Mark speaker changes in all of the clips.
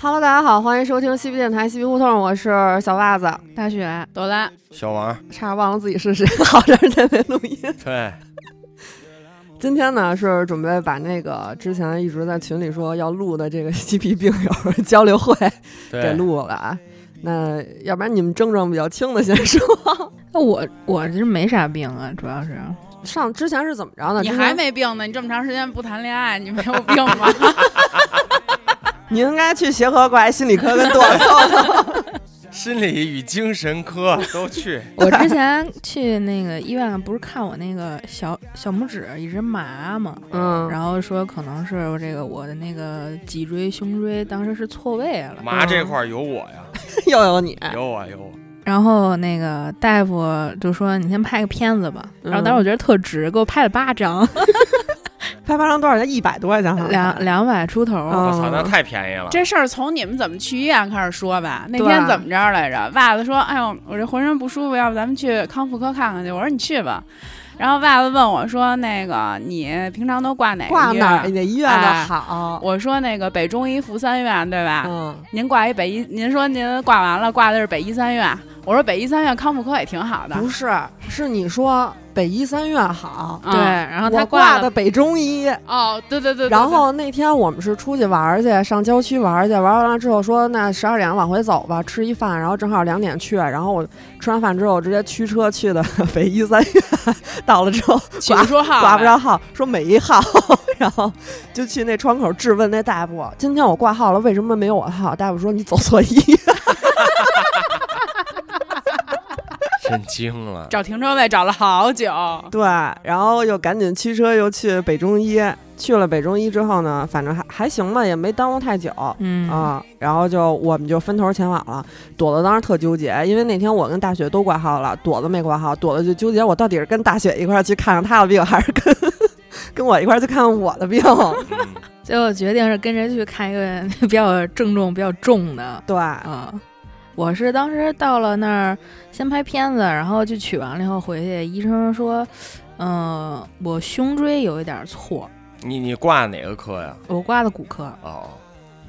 Speaker 1: Hello，大家好，欢迎收听西皮电台西皮胡同，我是小袜子。
Speaker 2: 大雪，
Speaker 3: 朵拉，
Speaker 4: 小王，
Speaker 1: 差点忘了自己是谁，好长时间没录音。
Speaker 4: 对，
Speaker 1: 今天呢是准备把那个之前一直在群里说要录的这个西皮病友交流会
Speaker 4: 对
Speaker 1: 给录了啊。那要不然你们症状比较轻的先说。
Speaker 2: 那我我这没啥病啊，主要是
Speaker 1: 上之前是怎么着呢？
Speaker 3: 你
Speaker 1: 之前
Speaker 3: 还没病呢？你这么长时间不谈恋爱，你没有病吗？
Speaker 1: 你应该去协和过来心理科跟朵朵。
Speaker 4: 心理与精神 科都去。
Speaker 2: 我之前去那个医院，不是看我那个小小拇指一直麻嘛，
Speaker 1: 嗯，
Speaker 2: 然后说可能是我这个我的那个脊椎、胸椎当时是错位了，
Speaker 4: 麻这块儿有我呀，
Speaker 1: 又有你，
Speaker 2: 嗯
Speaker 4: 有我有我。
Speaker 2: 然后那个大夫就说你先拍个片子吧，
Speaker 1: 嗯
Speaker 2: 然后当时我觉得特值，给我拍了八张，
Speaker 1: 拍八张多少钱？一百多块钱好像。
Speaker 2: 两两百出头。
Speaker 1: 嗯
Speaker 4: 我操，那太便宜了。
Speaker 3: 这事儿从你们怎么去医院开始说吧。那
Speaker 1: 对
Speaker 3: 天怎么着来着？袜子说：“哎呦，我这浑身不舒服，要不咱们去康复科看看去？”我说：“你去吧。”然后袜子问我说：“那个你平常都挂哪个
Speaker 1: 挂
Speaker 3: 医
Speaker 1: 哪儿
Speaker 3: 院
Speaker 1: 的医院的好？
Speaker 3: 我说：“那个北中医附三院，对吧？”
Speaker 1: 嗯，
Speaker 3: 您挂一北医，您说您挂完了，挂的是北医三院。我说北医三院康复科也挺好的。
Speaker 1: 不是，是你说北医三院好，
Speaker 3: 嗯
Speaker 2: 对，然后他
Speaker 1: 我挂
Speaker 2: 了
Speaker 1: 的北中医。
Speaker 3: 哦，对对对对对
Speaker 1: 然后那天我们是出去玩儿去，上郊区玩儿去，玩儿完了之后说那十二点往回走吧，吃一饭，然后正好两点去，然后我吃完饭之后直接驱车去的 北医三院，到了之后
Speaker 3: 取
Speaker 1: 挂
Speaker 3: 出号
Speaker 1: 挂不
Speaker 3: 来
Speaker 1: 着号，说没号， 然后就去那窗口质问那大夫，今天我挂号了，为什么没有我的号？大夫说你走错医院，
Speaker 4: 真惊了，
Speaker 3: 找停车位找了好久，
Speaker 1: 对，然后又赶紧驱车又去北中医，去了北中医之后呢，反正还还行吧，也没耽误太久，
Speaker 2: 嗯
Speaker 1: 啊，然后就我们就分头前往了。朵朵当时特纠结，因为那天我跟大雪都挂号了，朵朵没挂号，朵朵就纠结我到底是跟大雪一块儿去看看她的病，还是跟跟我一块儿去看看我的病。
Speaker 2: 哦
Speaker 4: 嗯
Speaker 2: 最后决定是跟着去看一个 比较郑重、比较重的
Speaker 1: 对，
Speaker 2: 啊。我是当时到了那儿，先拍片子，然后就取完了以后回去，医生说，嗯、我胸椎有一点错，
Speaker 4: 你你挂哪个科呀？
Speaker 2: 我挂的骨科，
Speaker 4: 哦，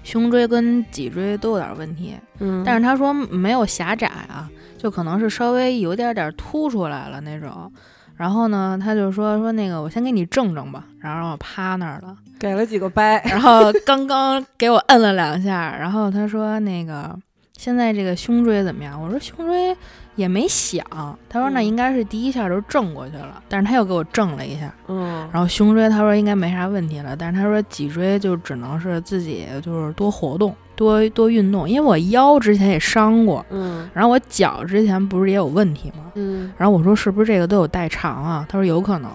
Speaker 2: 胸椎跟脊椎都有点问题，
Speaker 1: 嗯
Speaker 2: 但是他说没有狭窄啊，就可能是稍微有点点凸出来了那种。然后呢，他就说说那个我先给你正正吧，然后让我趴那儿了。
Speaker 1: 给了几个掰，
Speaker 2: 然后刚刚给我摁了两下，然后他说那个现在这个胸椎怎么样？我说胸椎也没响，他说那
Speaker 1: 嗯
Speaker 2: 应该是第一下就正过去了，但是他又给我正了一下，
Speaker 1: 嗯，
Speaker 2: 然后胸椎他说应该没啥问题了，但是他说脊椎就只能是自己就是多活动，多多运动，因为我腰之前也伤过，
Speaker 1: 嗯
Speaker 2: 然后我脚之前不是也有问题吗？
Speaker 1: 嗯
Speaker 2: 然后我说是不是这个都有代偿啊？他说有可能，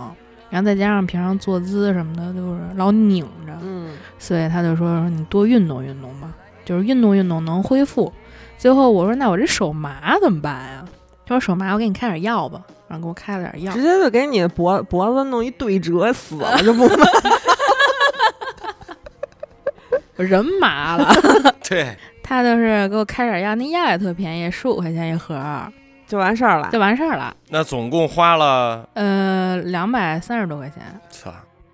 Speaker 2: 然后再加上平常坐姿什么的就是老拧着，
Speaker 1: 嗯，
Speaker 2: 所以他就说说你多运动运动吧，就是运动运动能恢复。最后我说那我这手麻怎么办呀？他说手麻我给你开点药吧，然后给我开了点药
Speaker 1: 直。接就给你脖脖子弄一对折，死了就不 买。
Speaker 2: 我人麻了，
Speaker 4: 对，
Speaker 2: 他就是给我开点药，那药也特便宜，十五块钱一盒儿
Speaker 1: 就完事儿了
Speaker 2: 就。完事儿了。
Speaker 4: 那总共花了，
Speaker 2: 呃，两百三十多块钱，
Speaker 4: 操，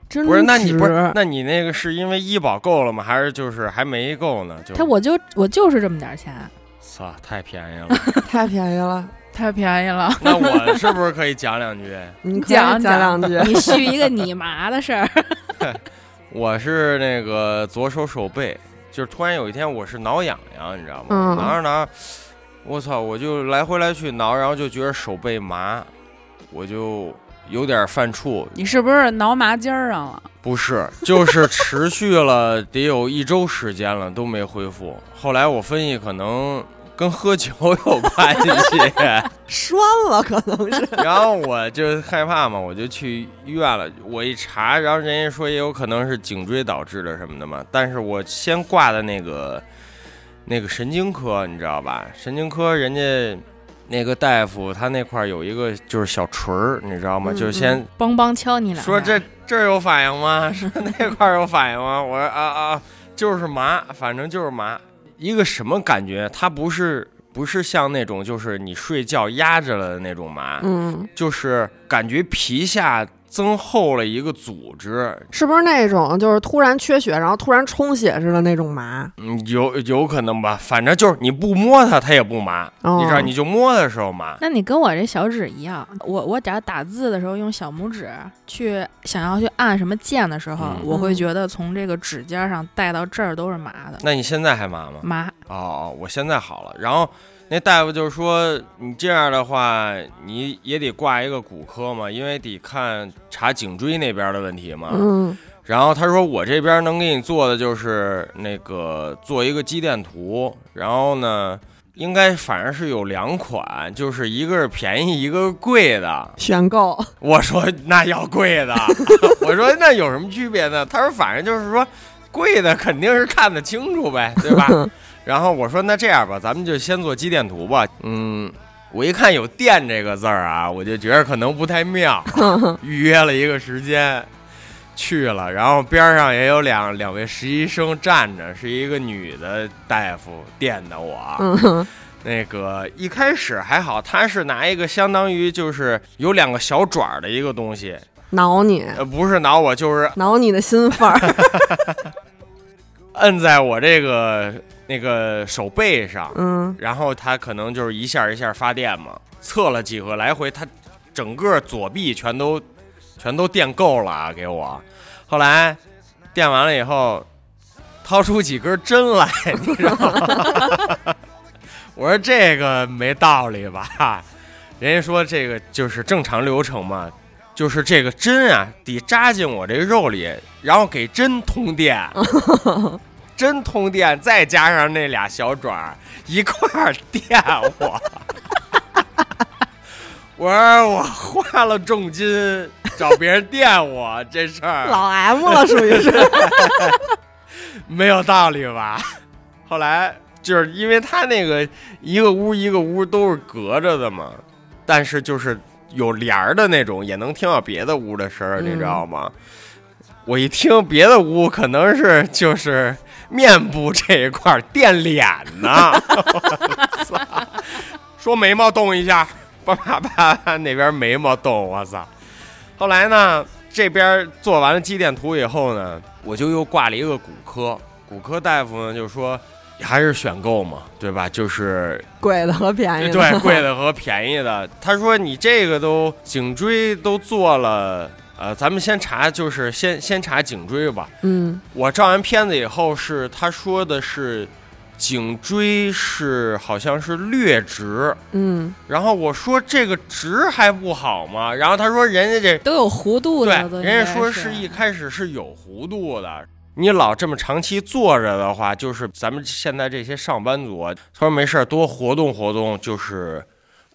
Speaker 1: 真
Speaker 4: 不是？那你不是
Speaker 1: 值？
Speaker 4: 那你那个是因为医保够了吗？还是就是还没够呢？就
Speaker 2: 他我就我就是这么点儿钱，
Speaker 4: 操，太便宜了。
Speaker 1: 太便宜了，
Speaker 3: 太便宜了。
Speaker 4: 那我是不是可以讲两句？
Speaker 1: 你可以
Speaker 3: 讲
Speaker 1: 讲两句。
Speaker 2: 你续一个你麻的事儿。
Speaker 4: 我是那个左手手背，就是突然有一天我是挠痒痒，你知道吗？
Speaker 1: 嗯
Speaker 4: 挠着挠着，我操，我就来回来去挠，然后就觉得手背麻，我就有点犯怵。
Speaker 3: 你是不是挠麻筋儿上了？
Speaker 4: 不是，就是持续了得有一周时间了，都没恢复。后来我分析，可能跟喝酒有关系。
Speaker 1: 栓了可能是，
Speaker 4: 然后我就害怕嘛，我就去医院了。我一查，然后人家说也有可能是颈椎导致的什么的嘛。但是我先挂的那个那个神经科，你知道吧？神经科人家那个大夫他那块儿有一个就是小锤儿，你知道吗？
Speaker 1: 嗯
Speaker 4: 就是先
Speaker 2: 梆梆敲你两下，
Speaker 4: 说这这儿有反应吗？说那块儿有反应吗？我说啊啊，就是麻，反正就是麻。一个什么感觉？它不是不是像那种就是你睡觉压着了的那种麻，
Speaker 1: 嗯
Speaker 4: 就是感觉皮下增厚了一个组织，
Speaker 1: 是不是那种就是突然缺血，然后突然充血似的那种麻？
Speaker 4: 嗯，有有可能吧，反正就是你不摸它，它也不麻，
Speaker 1: 哦
Speaker 4: 你知道，你就摸的时候麻。
Speaker 2: 那你跟我这小指一样，我我只要打字的时候用小拇指去想要去按什么键的时候，
Speaker 4: 嗯
Speaker 2: 我会觉得从这个指尖上带到这儿都是麻的，
Speaker 4: 那你现在还麻
Speaker 1: 嗯
Speaker 4: 吗？
Speaker 2: 麻
Speaker 4: 哦，我现在好了。然后那大夫就说，你这样的话，你也得挂一个骨科嘛，因为得看查颈椎那边的问题嘛。
Speaker 1: 嗯
Speaker 4: 然后他说，我这边能给你做的就是那个做一个肌电图，然后呢。应该反正是有两款，就是一个是便宜，一个是贵的。
Speaker 1: 选购
Speaker 4: 我说那要贵的， 我说那有什么区别呢？他说反正就是说贵的肯定是看得清楚 呗，对吧？然后我说那这样吧，咱们就先做肌电图吧。嗯，我一看有“电”这个字儿啊，我就觉得可能不太 妙，预约了一个时间。去了，然后边上也有两两位实习生站着，是一个女的大夫电的我。
Speaker 1: 嗯
Speaker 4: 那个一开始还好，他是拿一个相当于就是有两个小爪儿的一个东西，
Speaker 1: 挠你
Speaker 4: 呃，不是挠我，就是
Speaker 1: 挠你的心缝儿，
Speaker 4: 摁在我这个那个手背上，
Speaker 1: 嗯
Speaker 4: 然后他可能就是一下一下发电嘛，测了几个来回，他整个左臂全都全都电够了啊，给我。后来电完了以后，掏出几根针来， 你知道吗？我说这个没道理吧？人家说这个就是正常流程嘛，就是这个针啊得扎进我这肉里，然后给针通电，针通电，再加上那俩小爪儿一块儿电我。我说我花了重金找别人电我这事儿，
Speaker 1: 老 M 了属于是，
Speaker 4: 没有道理吧？ 后来就是因为他那个一个屋一个屋都是隔着的嘛，但是就是有帘儿的那种，也能听到别的屋的声儿，
Speaker 1: 嗯
Speaker 4: 你知道吗？我一听别的屋可能是就是面部这一块儿垫脸呢， 我操！说眉毛动一下，叭叭叭叭，那边眉毛动，我操！后来呢，这边做完了肌电图以后呢，我就又挂了一个骨科，骨科大夫呢就说还是选购嘛，对吧？就是
Speaker 1: 贵的和便宜的，
Speaker 4: 对贵的和便宜的。他说你这个都颈椎都做了，呃，咱们先查，就是先先查颈椎吧。
Speaker 1: 嗯
Speaker 4: 我照完片子以后是他说的是颈椎是好像是略直，
Speaker 1: 嗯，
Speaker 4: 然后我说这个直还不好吗？然后他说人家这
Speaker 2: 都有弧度的，都
Speaker 4: 对，
Speaker 2: 应
Speaker 4: 人家
Speaker 2: 该
Speaker 4: 说
Speaker 2: 是
Speaker 4: 是一开始是有弧度的。你老这么长期坐着的话，就是咱们现在这些上班族啊，他说没事儿多活动活动，就是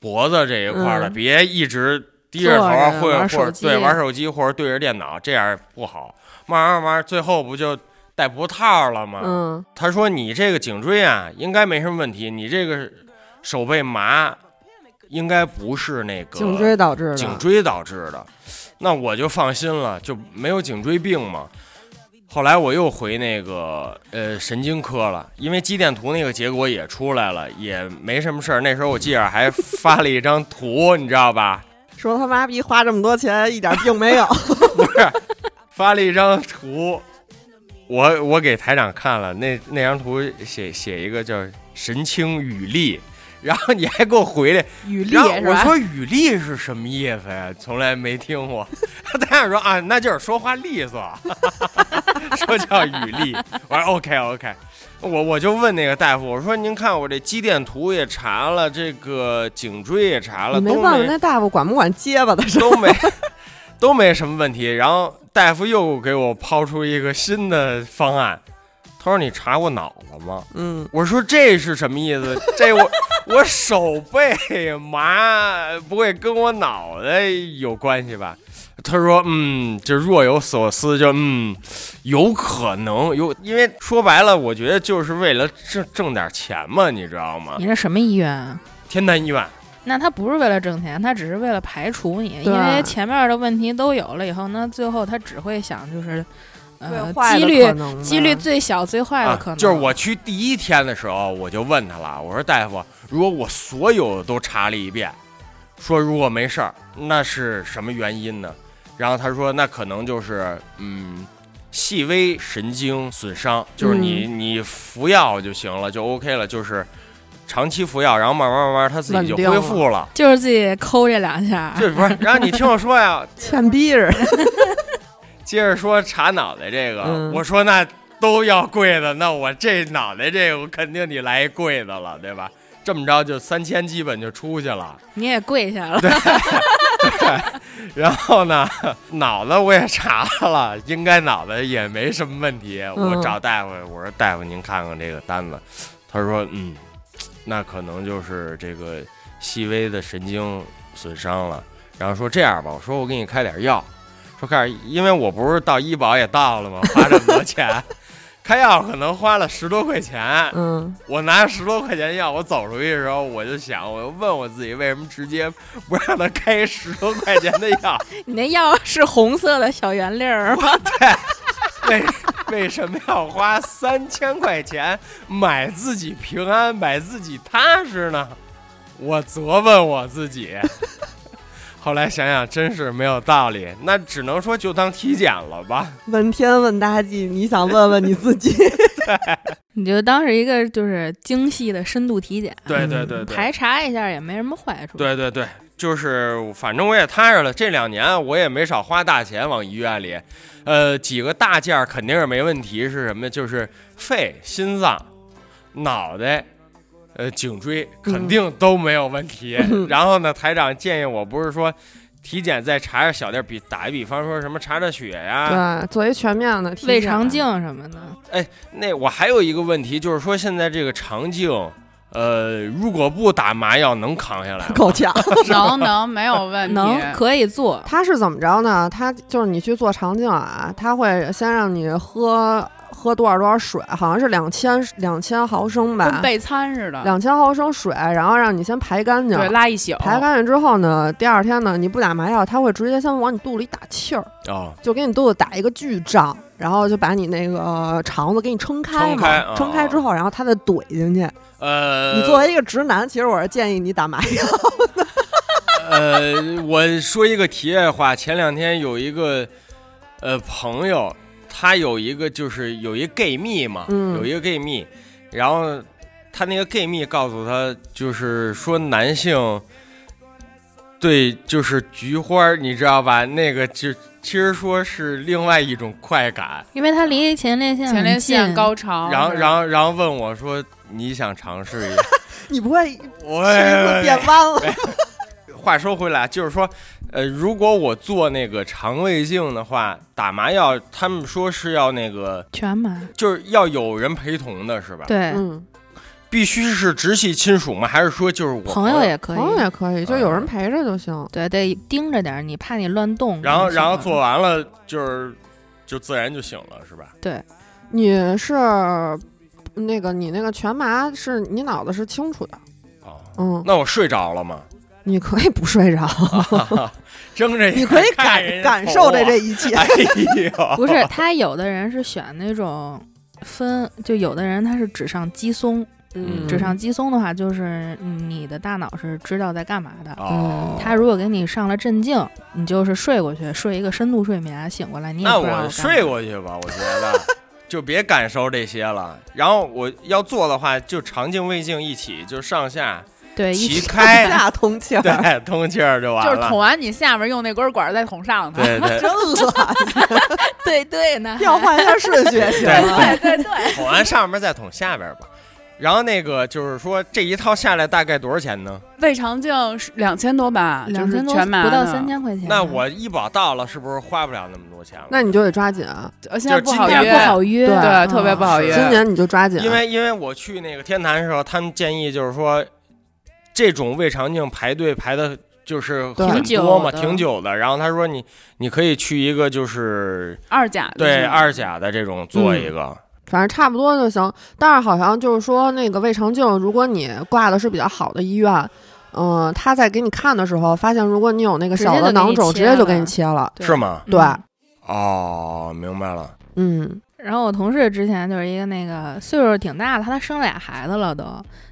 Speaker 4: 脖子这一块儿的，
Speaker 1: 嗯
Speaker 4: 别一直低着头
Speaker 2: 坐
Speaker 4: 啊
Speaker 2: 着
Speaker 4: 或者
Speaker 2: 玩手
Speaker 4: 或者对
Speaker 2: 机
Speaker 4: 玩手机或者对着电脑，这样不好。慢慢慢慢，最后不就戴脖套了吗？
Speaker 1: 嗯，
Speaker 4: 他说你这个颈椎啊，应该没什么问题，你这个手背麻，应该不是那个
Speaker 1: 颈椎导致的，
Speaker 4: 颈椎导致的，那我就放心了，就没有颈椎病嘛。后来我又回那个呃神经科了，因为肌电图那个结果也出来了，也没什么事儿。那时候我记着还发了一张图， 你知道吧？
Speaker 1: 说他妈逼花这么多钱一点病没有，
Speaker 4: 不是，发了一张图，我我给台长看了，那那张图写写一个叫神清雨力，然后你还给我回来，
Speaker 2: 雨力
Speaker 4: 然后
Speaker 2: 是
Speaker 4: 我
Speaker 2: 吧？
Speaker 4: 说语力是什么意思呀？从来没听过。 他想说啊，那就是说话利索， 说叫语力。我说 OK OK，我我就问那个大夫，我说您看我这肌电图也查了，这个颈椎也查了，
Speaker 1: 你没
Speaker 4: 都
Speaker 1: 问问那大夫管不管结巴的事
Speaker 4: 都没 都没什么问题。然后大夫又给我抛出一个新的方案，他说你查过脑子吗？
Speaker 1: 嗯，
Speaker 4: 我说这是什么意思？这我我手背麻，不会跟我脑袋有关系吧？他说，嗯，就若有所思，就嗯，有可能有，因为说白了，我觉得就是为了挣挣点钱嘛，你知道吗
Speaker 2: 你？这什么医院啊？
Speaker 4: 天坛医院，
Speaker 2: 那他不是为了挣钱，他只是为了排除你，因
Speaker 1: 对
Speaker 2: 为前面的问题都有了以后，那最后他只会想就是，呃
Speaker 1: 最，坏的
Speaker 2: 几率
Speaker 1: 可能吧啊
Speaker 2: 几率最小最坏的
Speaker 4: 啊
Speaker 2: 可能、
Speaker 4: 就是我去第一天的时候，我就问他了，我说大夫，如果我所有都查了一遍，说如果没事儿，那是什么原因呢？然后他说那可能就是嗯。细微神经损伤，就是你你服药就行了，就 OK 了，就是长期服药，然后慢慢慢慢它自己就
Speaker 1: 稳定
Speaker 4: 恢复了。
Speaker 2: 就是自己抠这两下儿，
Speaker 4: 这不是，然后你听我说呀，
Speaker 1: 欠逼着，
Speaker 4: 接着说查脑袋这个，
Speaker 1: 嗯
Speaker 4: 我说那都要贵的，那我这脑袋这个我肯定得来一贵的了，对吧？这么着就三千基本就出去了，
Speaker 2: 你也跪下了，
Speaker 4: 然后呢，脑子我也查了， 应该脑子也没什么问题。我找大夫，我说大夫您看看这个单子，他说嗯，那可能就是这个细微的神经损伤了。然后说这样吧，我说我给你开点药，说开点，因为我不是到医保也到了吗？花这么多钱，开药可能花了十多块钱，
Speaker 1: 嗯，
Speaker 4: 我拿着十多块钱药，我走出去的时候，我就想，我就问我自己，为什么直接不让他开十多块钱的药？
Speaker 2: 你那药是红色的小圆粒儿吗？
Speaker 4: 为为什么要花三千块钱买自己平安，买自己踏实呢？我责问我自己。 后来想想，真是没有道理，那只能说就当体检了吧。
Speaker 1: 问天问大地，你想问问你自己，
Speaker 2: 你就当是一个就是精细的深度体检，
Speaker 4: 对对对对，
Speaker 2: 排查一下也没什么坏处。，
Speaker 4: 对对对，就是反正我也踏实了，这两年我也没少花大钱往医院里，呃，几个大件儿肯定是没问题，是什么？就是肺、心脏、脑袋。呃，颈椎
Speaker 1: 嗯
Speaker 4: 肯定都没有 问题。然后呢，台长建议我不是说体检再查查小点儿比，打一比方说什么查查血呀、
Speaker 1: 对，做一全面的体
Speaker 2: 胃
Speaker 1: 检
Speaker 2: 肠镜什么的，
Speaker 4: 那我还有一个问题就是说，现在这个肠镜，呃，如果不打麻药能扛下 来吗？
Speaker 1: 够呛。
Speaker 3: 能能没有问题，
Speaker 2: 能可以做。
Speaker 1: 他是怎么着呢？他就是你去做肠镜啊，他会先让你喝喝多少多少水，好像是两千两千毫升吧
Speaker 3: 跟，备餐似的，
Speaker 1: 两千毫升水，然后让你先排干净。
Speaker 3: 对，拉一宿，
Speaker 1: 排干净之后呢，第二天呢，你不打麻药，他会直接先往你肚里打气儿，
Speaker 4: 哦，
Speaker 1: 就给你肚子打一个巨胀，然后就把你那个呃肠子给你撑开嘛，
Speaker 4: 撑
Speaker 1: 撑
Speaker 4: 开哦
Speaker 1: 之后，然后他再怼进去。
Speaker 4: 呃，
Speaker 1: 你作为一个直男，其实我是建议你打麻药。
Speaker 4: 呃，我说一个题外话，前两天有一个呃朋友，他有一个就是有一 gay 蜜嘛，
Speaker 1: 嗯
Speaker 4: 有一个 gay 蜜，然后他那个 gay 蜜告诉他，就是说男性对就是菊花儿，你知道吧？那个就其实说是另外一种快感。
Speaker 2: 因为它离嗯前列腺
Speaker 3: 前列腺
Speaker 2: 很近，
Speaker 3: 高潮，
Speaker 4: 然后，
Speaker 3: 是
Speaker 4: 然后，然后问我说：“你想尝试一下
Speaker 1: 你不
Speaker 4: 哎
Speaker 1: 会？”
Speaker 4: 我哎
Speaker 1: 变弯了？
Speaker 4: 话说回来，就是说，呃，如果我做那个肠胃镜的话，打麻药，他们说是要那个，
Speaker 2: 全麻。
Speaker 4: 就是要有人陪同的，是吧？，
Speaker 2: 对，
Speaker 1: 嗯，
Speaker 4: 必须是直系亲属吗？还是说就是我
Speaker 2: 朋友？也可以啊
Speaker 1: 朋，友也可以，就有人陪着就行。
Speaker 2: 对，得盯着点儿，你怕你乱动。
Speaker 4: 然后，
Speaker 2: 这种情
Speaker 4: 然后
Speaker 2: 况
Speaker 4: 做完了，就是就自然就醒了，是吧？
Speaker 1: 你是那个你那个全麻是你脑子是清楚的，
Speaker 4: 哦，
Speaker 1: 嗯，
Speaker 4: 那我睡着了吗？
Speaker 1: 你可以不睡 着，
Speaker 4: 睁着眼，
Speaker 1: 你可以
Speaker 4: 哎看人
Speaker 1: 感感
Speaker 4: 家
Speaker 1: 受着
Speaker 4: 头
Speaker 1: 这一切
Speaker 4: 啊。。哎呦，
Speaker 2: 不是，他有的人是选那种分，就有的人他是只上肌松，
Speaker 4: 嗯
Speaker 2: 只上肌松的话，就是你的大脑是知道在干嘛的。
Speaker 1: 嗯
Speaker 4: 哦，
Speaker 2: 嗯他如果给你上了镇静，你就是睡过去，睡一个深度睡眠，醒过来你也
Speaker 4: 那
Speaker 2: 不知道
Speaker 4: 我
Speaker 2: 干
Speaker 4: 睡
Speaker 2: 嘛
Speaker 4: 过去吧，我觉得就别感受这些了。然后我要做的话，就肠镜、胃镜一起，就上下
Speaker 2: 对一
Speaker 4: 齐
Speaker 2: 起
Speaker 4: 开，
Speaker 1: 下通气儿，
Speaker 4: 哎对，通气儿就完
Speaker 3: 就是捅
Speaker 4: 了。
Speaker 3: 完你下面用那根管儿再捅上头，
Speaker 4: 对对
Speaker 1: 真恶 心，
Speaker 2: 对对呢，
Speaker 1: 要换一下顺序行吗？
Speaker 3: 对对对，
Speaker 4: 捅完上面再捅下边吧。然后那个就是说，这一套下来大概多少钱呢？
Speaker 3: 胃肠镜是两千多吧，
Speaker 2: 两
Speaker 3: 就是
Speaker 2: 千多
Speaker 3: 全麻
Speaker 2: 不到
Speaker 3: 的
Speaker 2: 三，千块钱，啊
Speaker 4: 那我医保到了，是不是花不了那么多钱了？
Speaker 1: 那你就得抓紧，啊！
Speaker 3: 呃现在
Speaker 4: 就是
Speaker 3: 不
Speaker 4: 今
Speaker 3: 好
Speaker 4: 天
Speaker 3: 约，
Speaker 2: 不好约，
Speaker 1: 对
Speaker 3: 对，
Speaker 2: 嗯
Speaker 3: 特别不好
Speaker 4: 是
Speaker 3: 约。
Speaker 1: 今年你就抓紧，啊
Speaker 4: 因为因为我去那个天坛的时候，他们建议就是说，这种胃肠镜排队排的就是
Speaker 1: 对
Speaker 4: 很
Speaker 2: 挺久
Speaker 4: 多嘛，
Speaker 2: 的
Speaker 4: 挺久的。然后他说你你可以去一个就是
Speaker 3: 二甲
Speaker 2: 嗯
Speaker 3: 的
Speaker 4: 对
Speaker 3: 是吗
Speaker 4: 二甲的这种做一个，
Speaker 1: 反正差不多就行。但是好像就是说那个胃肠镜，如果你挂的是比较好的医院。嗯，他在给你看的时候，发现如果你有那个小的囊肿，直
Speaker 2: 直
Speaker 1: 接
Speaker 2: 接
Speaker 1: 就
Speaker 2: 就
Speaker 1: 给
Speaker 2: 给
Speaker 1: 你
Speaker 2: 你
Speaker 1: 切了。
Speaker 2: 对
Speaker 4: 是吗？
Speaker 1: 对，
Speaker 4: 哦，明白了。
Speaker 1: 嗯，
Speaker 2: 然后我同事之前就是一个那个岁数挺大的，他生俩孩子了都，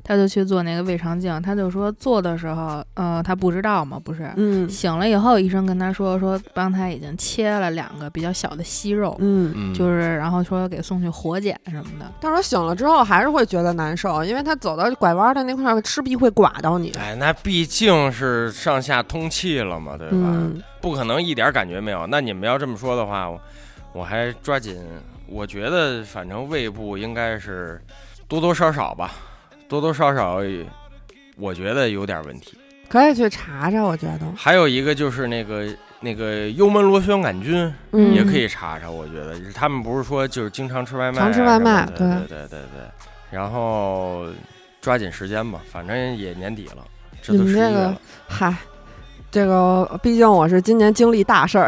Speaker 2: 他就去做那个胃肠镜，他就说做的时候，呃，他不知道嘛，不是，
Speaker 1: 嗯
Speaker 2: 醒了以后医生跟他说说帮他已经切了两个比较小的息肉，
Speaker 1: 嗯，
Speaker 4: 嗯，
Speaker 2: 就是然后说给送去活检什么的。
Speaker 1: 到时候醒了之后还是会觉得难受，因为他走到拐弯的那块儿，势必会刮到你。
Speaker 4: 哎，那毕竟是上下通气了嘛，对吧？
Speaker 1: 嗯，
Speaker 4: 不可能一点感觉没有。那你们要这么说的话，我我还抓紧。我觉得反正胃部应该是多多少少吧，多多少少，我觉得有点问题。
Speaker 1: 可以去查查，我觉得，
Speaker 4: 还有一个就是那个那个幽门螺旋杆菌
Speaker 1: 嗯，
Speaker 4: 也可以查查，我觉得他们不是说就是经常吃外卖啊什么
Speaker 1: 常
Speaker 4: 的，
Speaker 1: 吃外卖
Speaker 4: 对
Speaker 1: 对
Speaker 4: 对对对对。然后抓紧时间吧，反正也年底了，这都
Speaker 1: 你
Speaker 4: 十
Speaker 1: 们这
Speaker 4: 一月
Speaker 1: 个
Speaker 4: 了。
Speaker 1: 嗨，这个毕竟我是今年经历大事儿，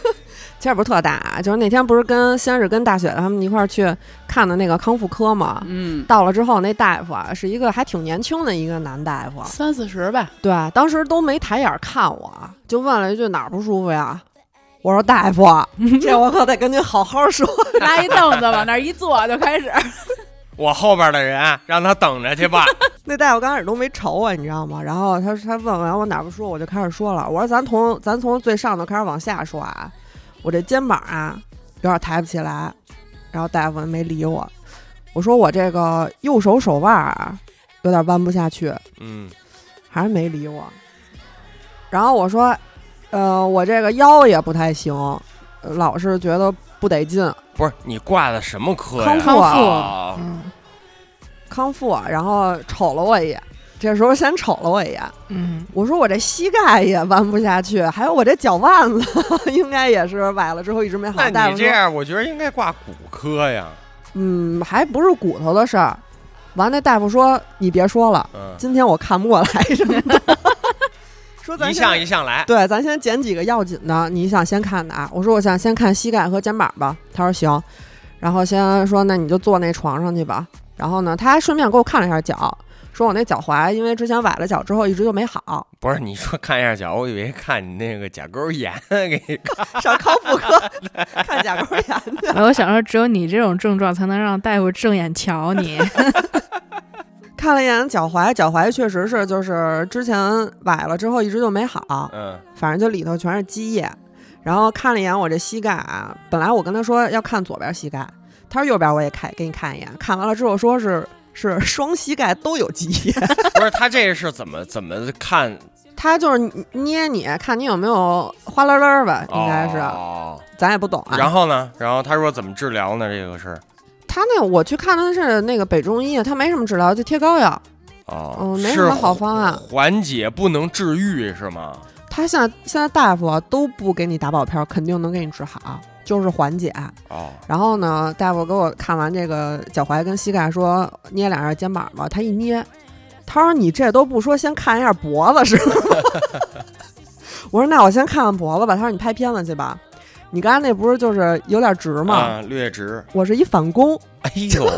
Speaker 1: 其实不是特大，就是那天不是跟先是跟大雪他们一块儿去看的那个康复科嘛。
Speaker 3: 嗯，
Speaker 1: 到了之后，那大夫啊是一个还挺年轻的一个男大夫，啊
Speaker 3: 三四十 吧，
Speaker 1: 对，啊当时都没抬眼儿看我，就问了一句哪儿不舒服呀？我说大夫，啊这我可得跟您好好说。
Speaker 3: 拿一凳子往那儿一坐就开始，
Speaker 4: 我后边的人啊让他等着 去吧。
Speaker 1: 那大夫刚开始都没瞅我，你知道吗？然后他他问完我哪儿不舒服，我就开始说了，我说咱从咱从最上头开始往下说啊，我这肩膀啊有点抬不起来，然后大夫没理我，我说我这个右手手腕啊有点弯不下去，
Speaker 4: 嗯，
Speaker 1: 还是没理我。然后我说，呃，我这个腰也不太行，老是觉得不得劲，
Speaker 4: 不是你挂的什么科呀？
Speaker 1: 康复啊
Speaker 4: 哦
Speaker 2: 嗯
Speaker 1: 康复，然后瞅了我一眼，这时候先瞅了我一眼。
Speaker 2: 嗯，
Speaker 1: 我说我这膝盖也弯不下去，还有我这脚腕子 应该也是崴了之后一直没好。
Speaker 4: 那
Speaker 1: 大
Speaker 4: 你
Speaker 1: 夫
Speaker 4: 这
Speaker 1: 说，
Speaker 4: 样，我觉得应该挂骨科呀。
Speaker 1: 嗯，还不是骨头的事儿。完，那大夫说你别说了，
Speaker 4: 嗯，
Speaker 1: 今天我看不过来什么的。 说咱
Speaker 4: 一
Speaker 1: 先
Speaker 4: 项一项来。
Speaker 1: 对，咱先捡几个要紧的，你想先看哪？我说我想先看膝盖和肩膀吧。他说行，然后先说那你就坐那床上去吧。然后呢，他还顺便给我看了一下脚，说我那脚踝因为之前崴了脚之后一直就没好，
Speaker 4: 不是你说看一下脚，我以为看你那个甲沟炎，给你
Speaker 1: 上康复科看甲沟炎去。
Speaker 2: 哎我想说，只有你这种症状才能让大夫正眼瞧你。
Speaker 1: 看了一眼脚踝，脚踝确实是就是之前崴了之后一直就没好，
Speaker 4: 嗯
Speaker 1: 反正就里头全是积液。然后看了一眼我这膝盖啊，本来我跟他说要看左边膝盖，他说右边我也看给你看一眼。看完了之后说是是双膝盖都有积液，
Speaker 4: 不是他这是怎么怎么看？
Speaker 1: 他就是捏你看你有没有哗啦啦吧，应该是、啊
Speaker 4: 哦
Speaker 1: 咱也不懂啊。
Speaker 4: 然后呢？然后他说怎么治疗呢？这个是
Speaker 1: 他那我去看的是那个北中医，他没什么治疗，就贴膏药。
Speaker 4: 哦
Speaker 1: 嗯，没什
Speaker 4: 是
Speaker 1: 么好方案。
Speaker 4: 缓解不能治愈是吗？
Speaker 1: 他现在现在大夫啊都不给你打保票，肯定能给你治好，就是缓解。
Speaker 4: 哦，
Speaker 1: 然后呢，大夫给我看完这个脚踝跟膝盖说捏两下肩膀吧，他一捏，他说你这都不说，先看一下脖子是吗？ 我说那我先看看脖子吧。他说你拍片子去吧，你刚才那不是就是有点直吗？
Speaker 4: 啊，略直。
Speaker 1: 我是一反弓，
Speaker 4: 哎呦，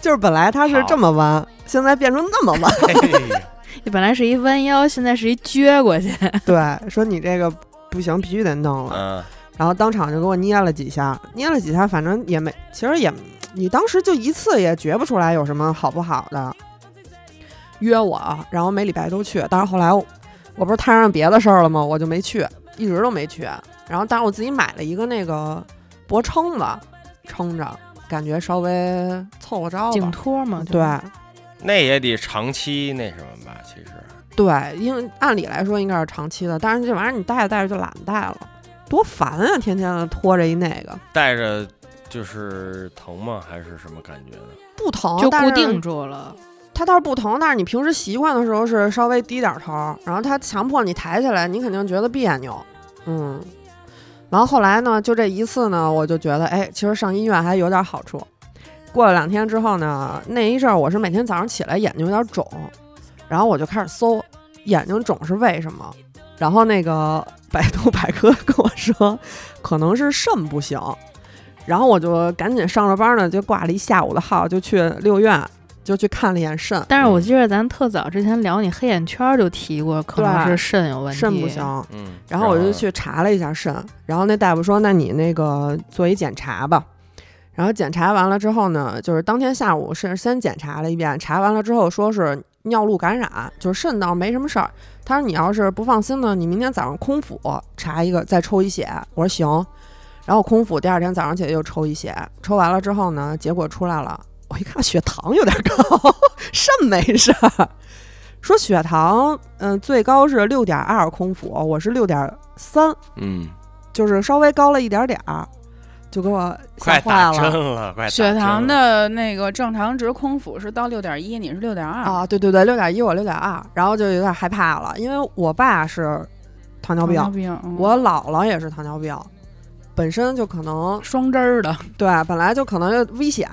Speaker 1: 就是本来它是这么弯，现在变成那么弯。
Speaker 4: 哎呀
Speaker 2: 你本来是一弯腰，现在是一撅过去。
Speaker 1: 对，说你这个不行，必须得弄了。
Speaker 4: 嗯，
Speaker 1: 然后当场就给我捏了几下，捏了几下，反正也没，其实也，你当时就一次也觉不出来有什么好不好的。约我，啊然后每礼拜都去，但是后来我我不是摊上别的事儿了吗？我就没去，一直都没去。然后，但是我自己买了一个那个脖撑子，撑着，感觉稍微凑合着
Speaker 2: 颈
Speaker 1: 吧。
Speaker 2: 托嘛，就
Speaker 1: 对
Speaker 4: 那也得长期那什么吧，其实。
Speaker 1: 对，因为按理来说应该是长期的，但是这玩意儿你带着带着就懒得带了，多烦啊！天天的拖着一那个，
Speaker 4: 带着就是疼吗？还是什么感觉呢？
Speaker 1: 不疼
Speaker 2: 就
Speaker 1: 哦但
Speaker 2: 固
Speaker 1: 是
Speaker 2: 定住了。
Speaker 1: 它倒是不疼，但是你平时习惯的时候是稍微低点儿头儿，然后它强迫你抬起来，你肯定觉得别扭，嗯。然后后来呢，就这一次呢，我就觉得，哎，其实上医院还有点好处。过了两天之后呢，那一阵儿我是每天早上起来眼睛有点肿，然后我就开始搜眼睛肿是为什么，然后那个百度百科跟我说，可能是肾不行。然后我就赶紧上着班呢，就挂了一下午的号，就去六院，就去看了一眼肾，
Speaker 2: 但是我记得咱特早之前聊你黑眼圈就提过，可能
Speaker 1: 对
Speaker 2: 是肾有问题，
Speaker 1: 肾不行。啊
Speaker 4: 嗯，
Speaker 1: 然后我就
Speaker 4: 呢
Speaker 1: 去查了一下肾，然后那大夫说：“那你那个做一检查吧。”然然后检查完了之后呢，就是当天下午是先检查了一遍，查完了之后说是尿路感染，就是肾倒没什么事儿。他说你要是不放心呢，你明天早上空腹查一个，再抽一血。我说行，然后我空腹第二天早上起来又抽一血，抽完了之后呢，结果出来了，我一看血糖有点高， 肾没事儿。说血糖，嗯、最高是六点二空腹，我是六点三，
Speaker 4: 嗯，
Speaker 1: 就是稍微高了一点点儿，就给我吓
Speaker 4: 快
Speaker 1: 坏
Speaker 4: 打针
Speaker 1: 了。
Speaker 4: 了，快打
Speaker 3: 血
Speaker 4: 针
Speaker 3: 糖
Speaker 4: 了
Speaker 3: 的那个正常值空腹是到六点一，你是六点二，
Speaker 1: 啊，对对对，六点一我六点二，然后就有点害怕了，因为我爸是糖尿
Speaker 3: 糖
Speaker 1: 病，
Speaker 3: 尿病，嗯
Speaker 1: 我姥姥也是糖尿病，本身就可能
Speaker 3: 双针儿的，
Speaker 1: 对，本来就可能就危险。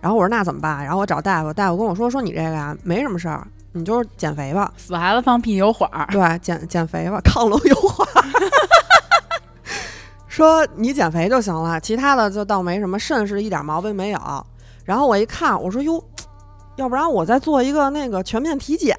Speaker 1: 然后我说那怎么办？然后我找大夫，大夫跟我说说你这个呀没什么事儿，你就是减肥吧，
Speaker 3: 死孩子放屁有缓儿，
Speaker 1: 对，减减肥吧，亢龙有悔。 说你减肥就行了，其他的就倒没什么，肾是一点毛病没有。然后我一看，我说哟，要不然我再做一个那个全面体检，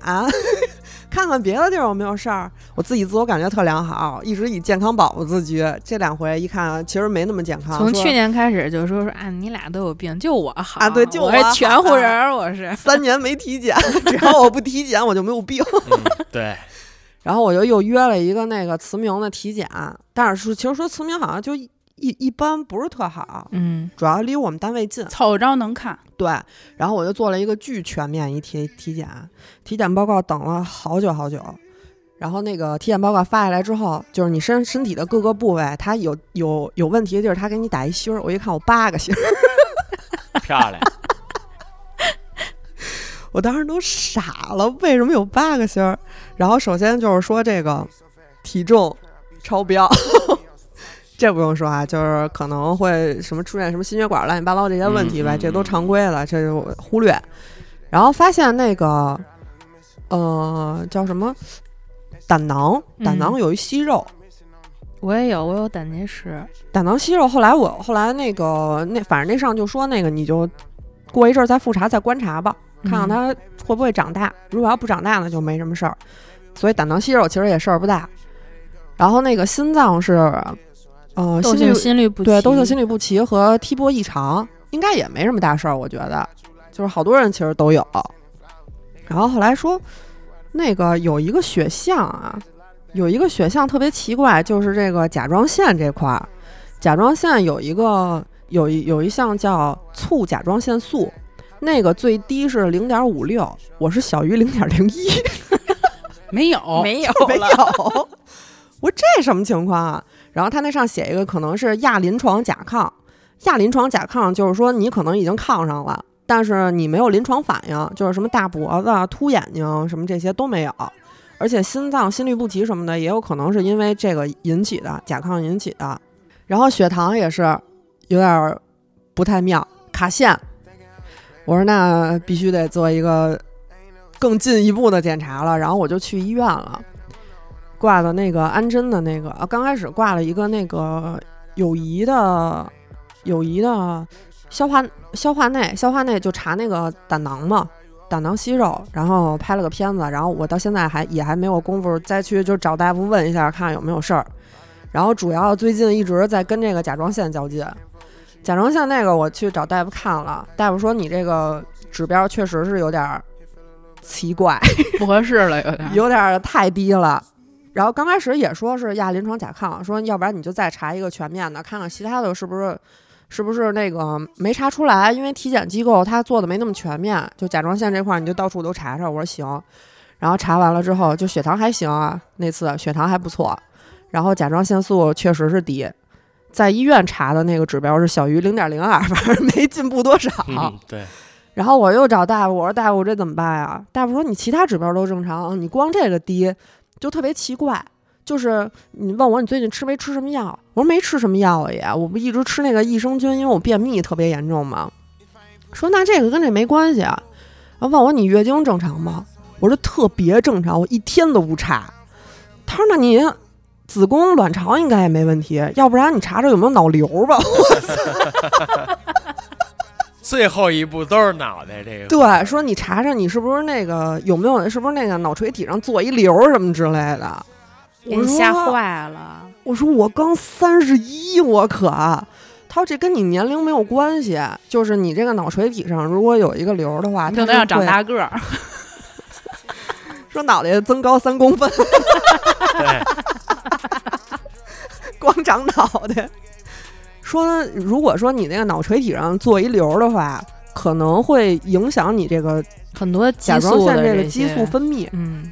Speaker 1: 看看别的地儿有没有事儿。我自己自我感觉特良好，一直以健康宝宝自居。这两回一看，其实没那么健康。
Speaker 2: 从
Speaker 1: 说
Speaker 2: 去年开始就说说啊，你俩都有病，就我好
Speaker 1: 啊对就
Speaker 2: 我
Speaker 1: 我好
Speaker 2: 是全乎人儿，我是
Speaker 1: 三年没体检， 只要我不体检，我就没有病。
Speaker 4: 嗯对，
Speaker 1: 然后我就又约了一个那个慈铭的体检，但是说其实说慈铭好像就一一一般不是特好，
Speaker 2: 嗯，
Speaker 1: 主要离我们单位近。
Speaker 3: 凑着能看，
Speaker 1: 对，然后我就做了一个巨全面一体体检，体检报告等了好久好久。然后那个体检报告发下来之后，就是你身身体的各个部位，它有有有问题的地儿，它给你打一星儿。我一看我八个星儿，
Speaker 4: 漂 亮，
Speaker 1: 我当时都傻了，为什么有八个星儿？然后首先就是说这个体重超标， 这不用说啊，就是可能会什么出现什么心血管乱七八糟这些问题呗，
Speaker 4: 嗯嗯
Speaker 1: 这都常规的，这是我忽略。然后发现那个，呃，叫什么胆囊，胆囊
Speaker 2: 嗯
Speaker 1: 有一息肉，
Speaker 2: 我也有，我有胆结石，
Speaker 1: 胆囊息肉。后来我后来那个那反正那上就说那个你就过一阵儿再复查再观察吧，看看
Speaker 2: 嗯
Speaker 1: 它会不会长大。如果要不长大呢，就没什么事儿。所以胆囊息肉其实也事儿不大。然后那个心脏是，呃，
Speaker 2: 窦
Speaker 1: 心
Speaker 2: 性
Speaker 1: 律
Speaker 2: 心律不
Speaker 1: 对
Speaker 2: 齐
Speaker 1: 窦性心律不齐和 T 波异常，应该也没什么大事儿，我觉得，就是好多人其实都有。然后后来说，那个有一个血象啊，有一个血象特别奇怪，就是这个甲状腺这块儿，甲状腺有一个有一有一项叫促甲状腺素，那个最低是零点五六，我是小于零点零一，
Speaker 3: 没有，
Speaker 2: 没有
Speaker 1: 没有。 我说这什么情况啊？然后他那上写一个可能是亚临床甲亢，亚临床甲亢就是说你可能已经亢上了，但是你没有临床反应，就是什么大脖子啊、凸眼睛什么这些都没有，而且心脏心律不齐什么的也有可能是因为这个引起的甲亢引起的。然后血糖也是有点儿不太妙，卡线。我说那必须得做一个更进一步的检查了，然后我就去医院了，挂的那个安贞的那个，啊，刚开始挂了一个那个友谊的友谊的消化消化内消化内就查那个胆囊嘛。胆囊息肉，然后拍了个片子，然后我到现在还也还没有功夫再去就找大夫问一下，看有没有事儿。然后主要最近一直在跟这个甲状腺较劲，甲状腺那个我去找大夫看了，大夫说你这个指标确实是有点儿奇怪，
Speaker 3: 不合适了，有点儿。
Speaker 1: 有点儿太低了。然后刚开始也说是亚临床甲亢，说要不然你就再查一个全面的，看看其他的是不是是不是那个没查出来，因为体检机构他做的没那么全面，就甲状腺这块儿你就到处都查查。我说行，然后查完了之后，就血糖还行啊，那次血糖还不错，然后甲状腺素确实是低，在医院查的那个指标是小于零点零二，反正没进步多少。
Speaker 4: 嗯对，
Speaker 1: 然后我又找大夫，我说大夫，我这怎么办呀？大夫说你其他指标都正常，你光这个低就特别奇怪。就是你问我你最近吃没吃什么药？我说没吃什么药啊也，我不一直吃那个益生菌，因为我便秘特别严重嘛。说那这个跟这没关系啊。然后问我你月经正常吗？我说特别正常，我一天都不差。他说那你子宫卵巢应该也没问题，要不然你查查有没有脑瘤吧。
Speaker 4: 最后一步都是脑袋这个，
Speaker 1: 对，说你查查你是不是那个有没有是不是那个脑垂体上做一瘤儿什么之类的。
Speaker 2: 给
Speaker 1: 我
Speaker 2: 你
Speaker 1: 说啊
Speaker 2: 吓坏了。
Speaker 1: 我说我刚三十一，我可涛，这跟你年龄没有关系，就是你这个脑垂体上如果有一个瘤儿的话，
Speaker 3: 可
Speaker 1: 它
Speaker 3: 能要
Speaker 1: 是
Speaker 3: 长
Speaker 1: 会
Speaker 3: 大个儿。
Speaker 1: 说脑袋增高三公分，
Speaker 4: 对，
Speaker 1: 光长脑袋。说如果说你那个脑垂体上做一瘤儿的话，可能会影响你这个
Speaker 2: 很多激
Speaker 1: 甲状
Speaker 2: 素
Speaker 1: 腺
Speaker 2: 的
Speaker 1: 这个
Speaker 2: 些
Speaker 1: 激素，分泌。
Speaker 2: 嗯，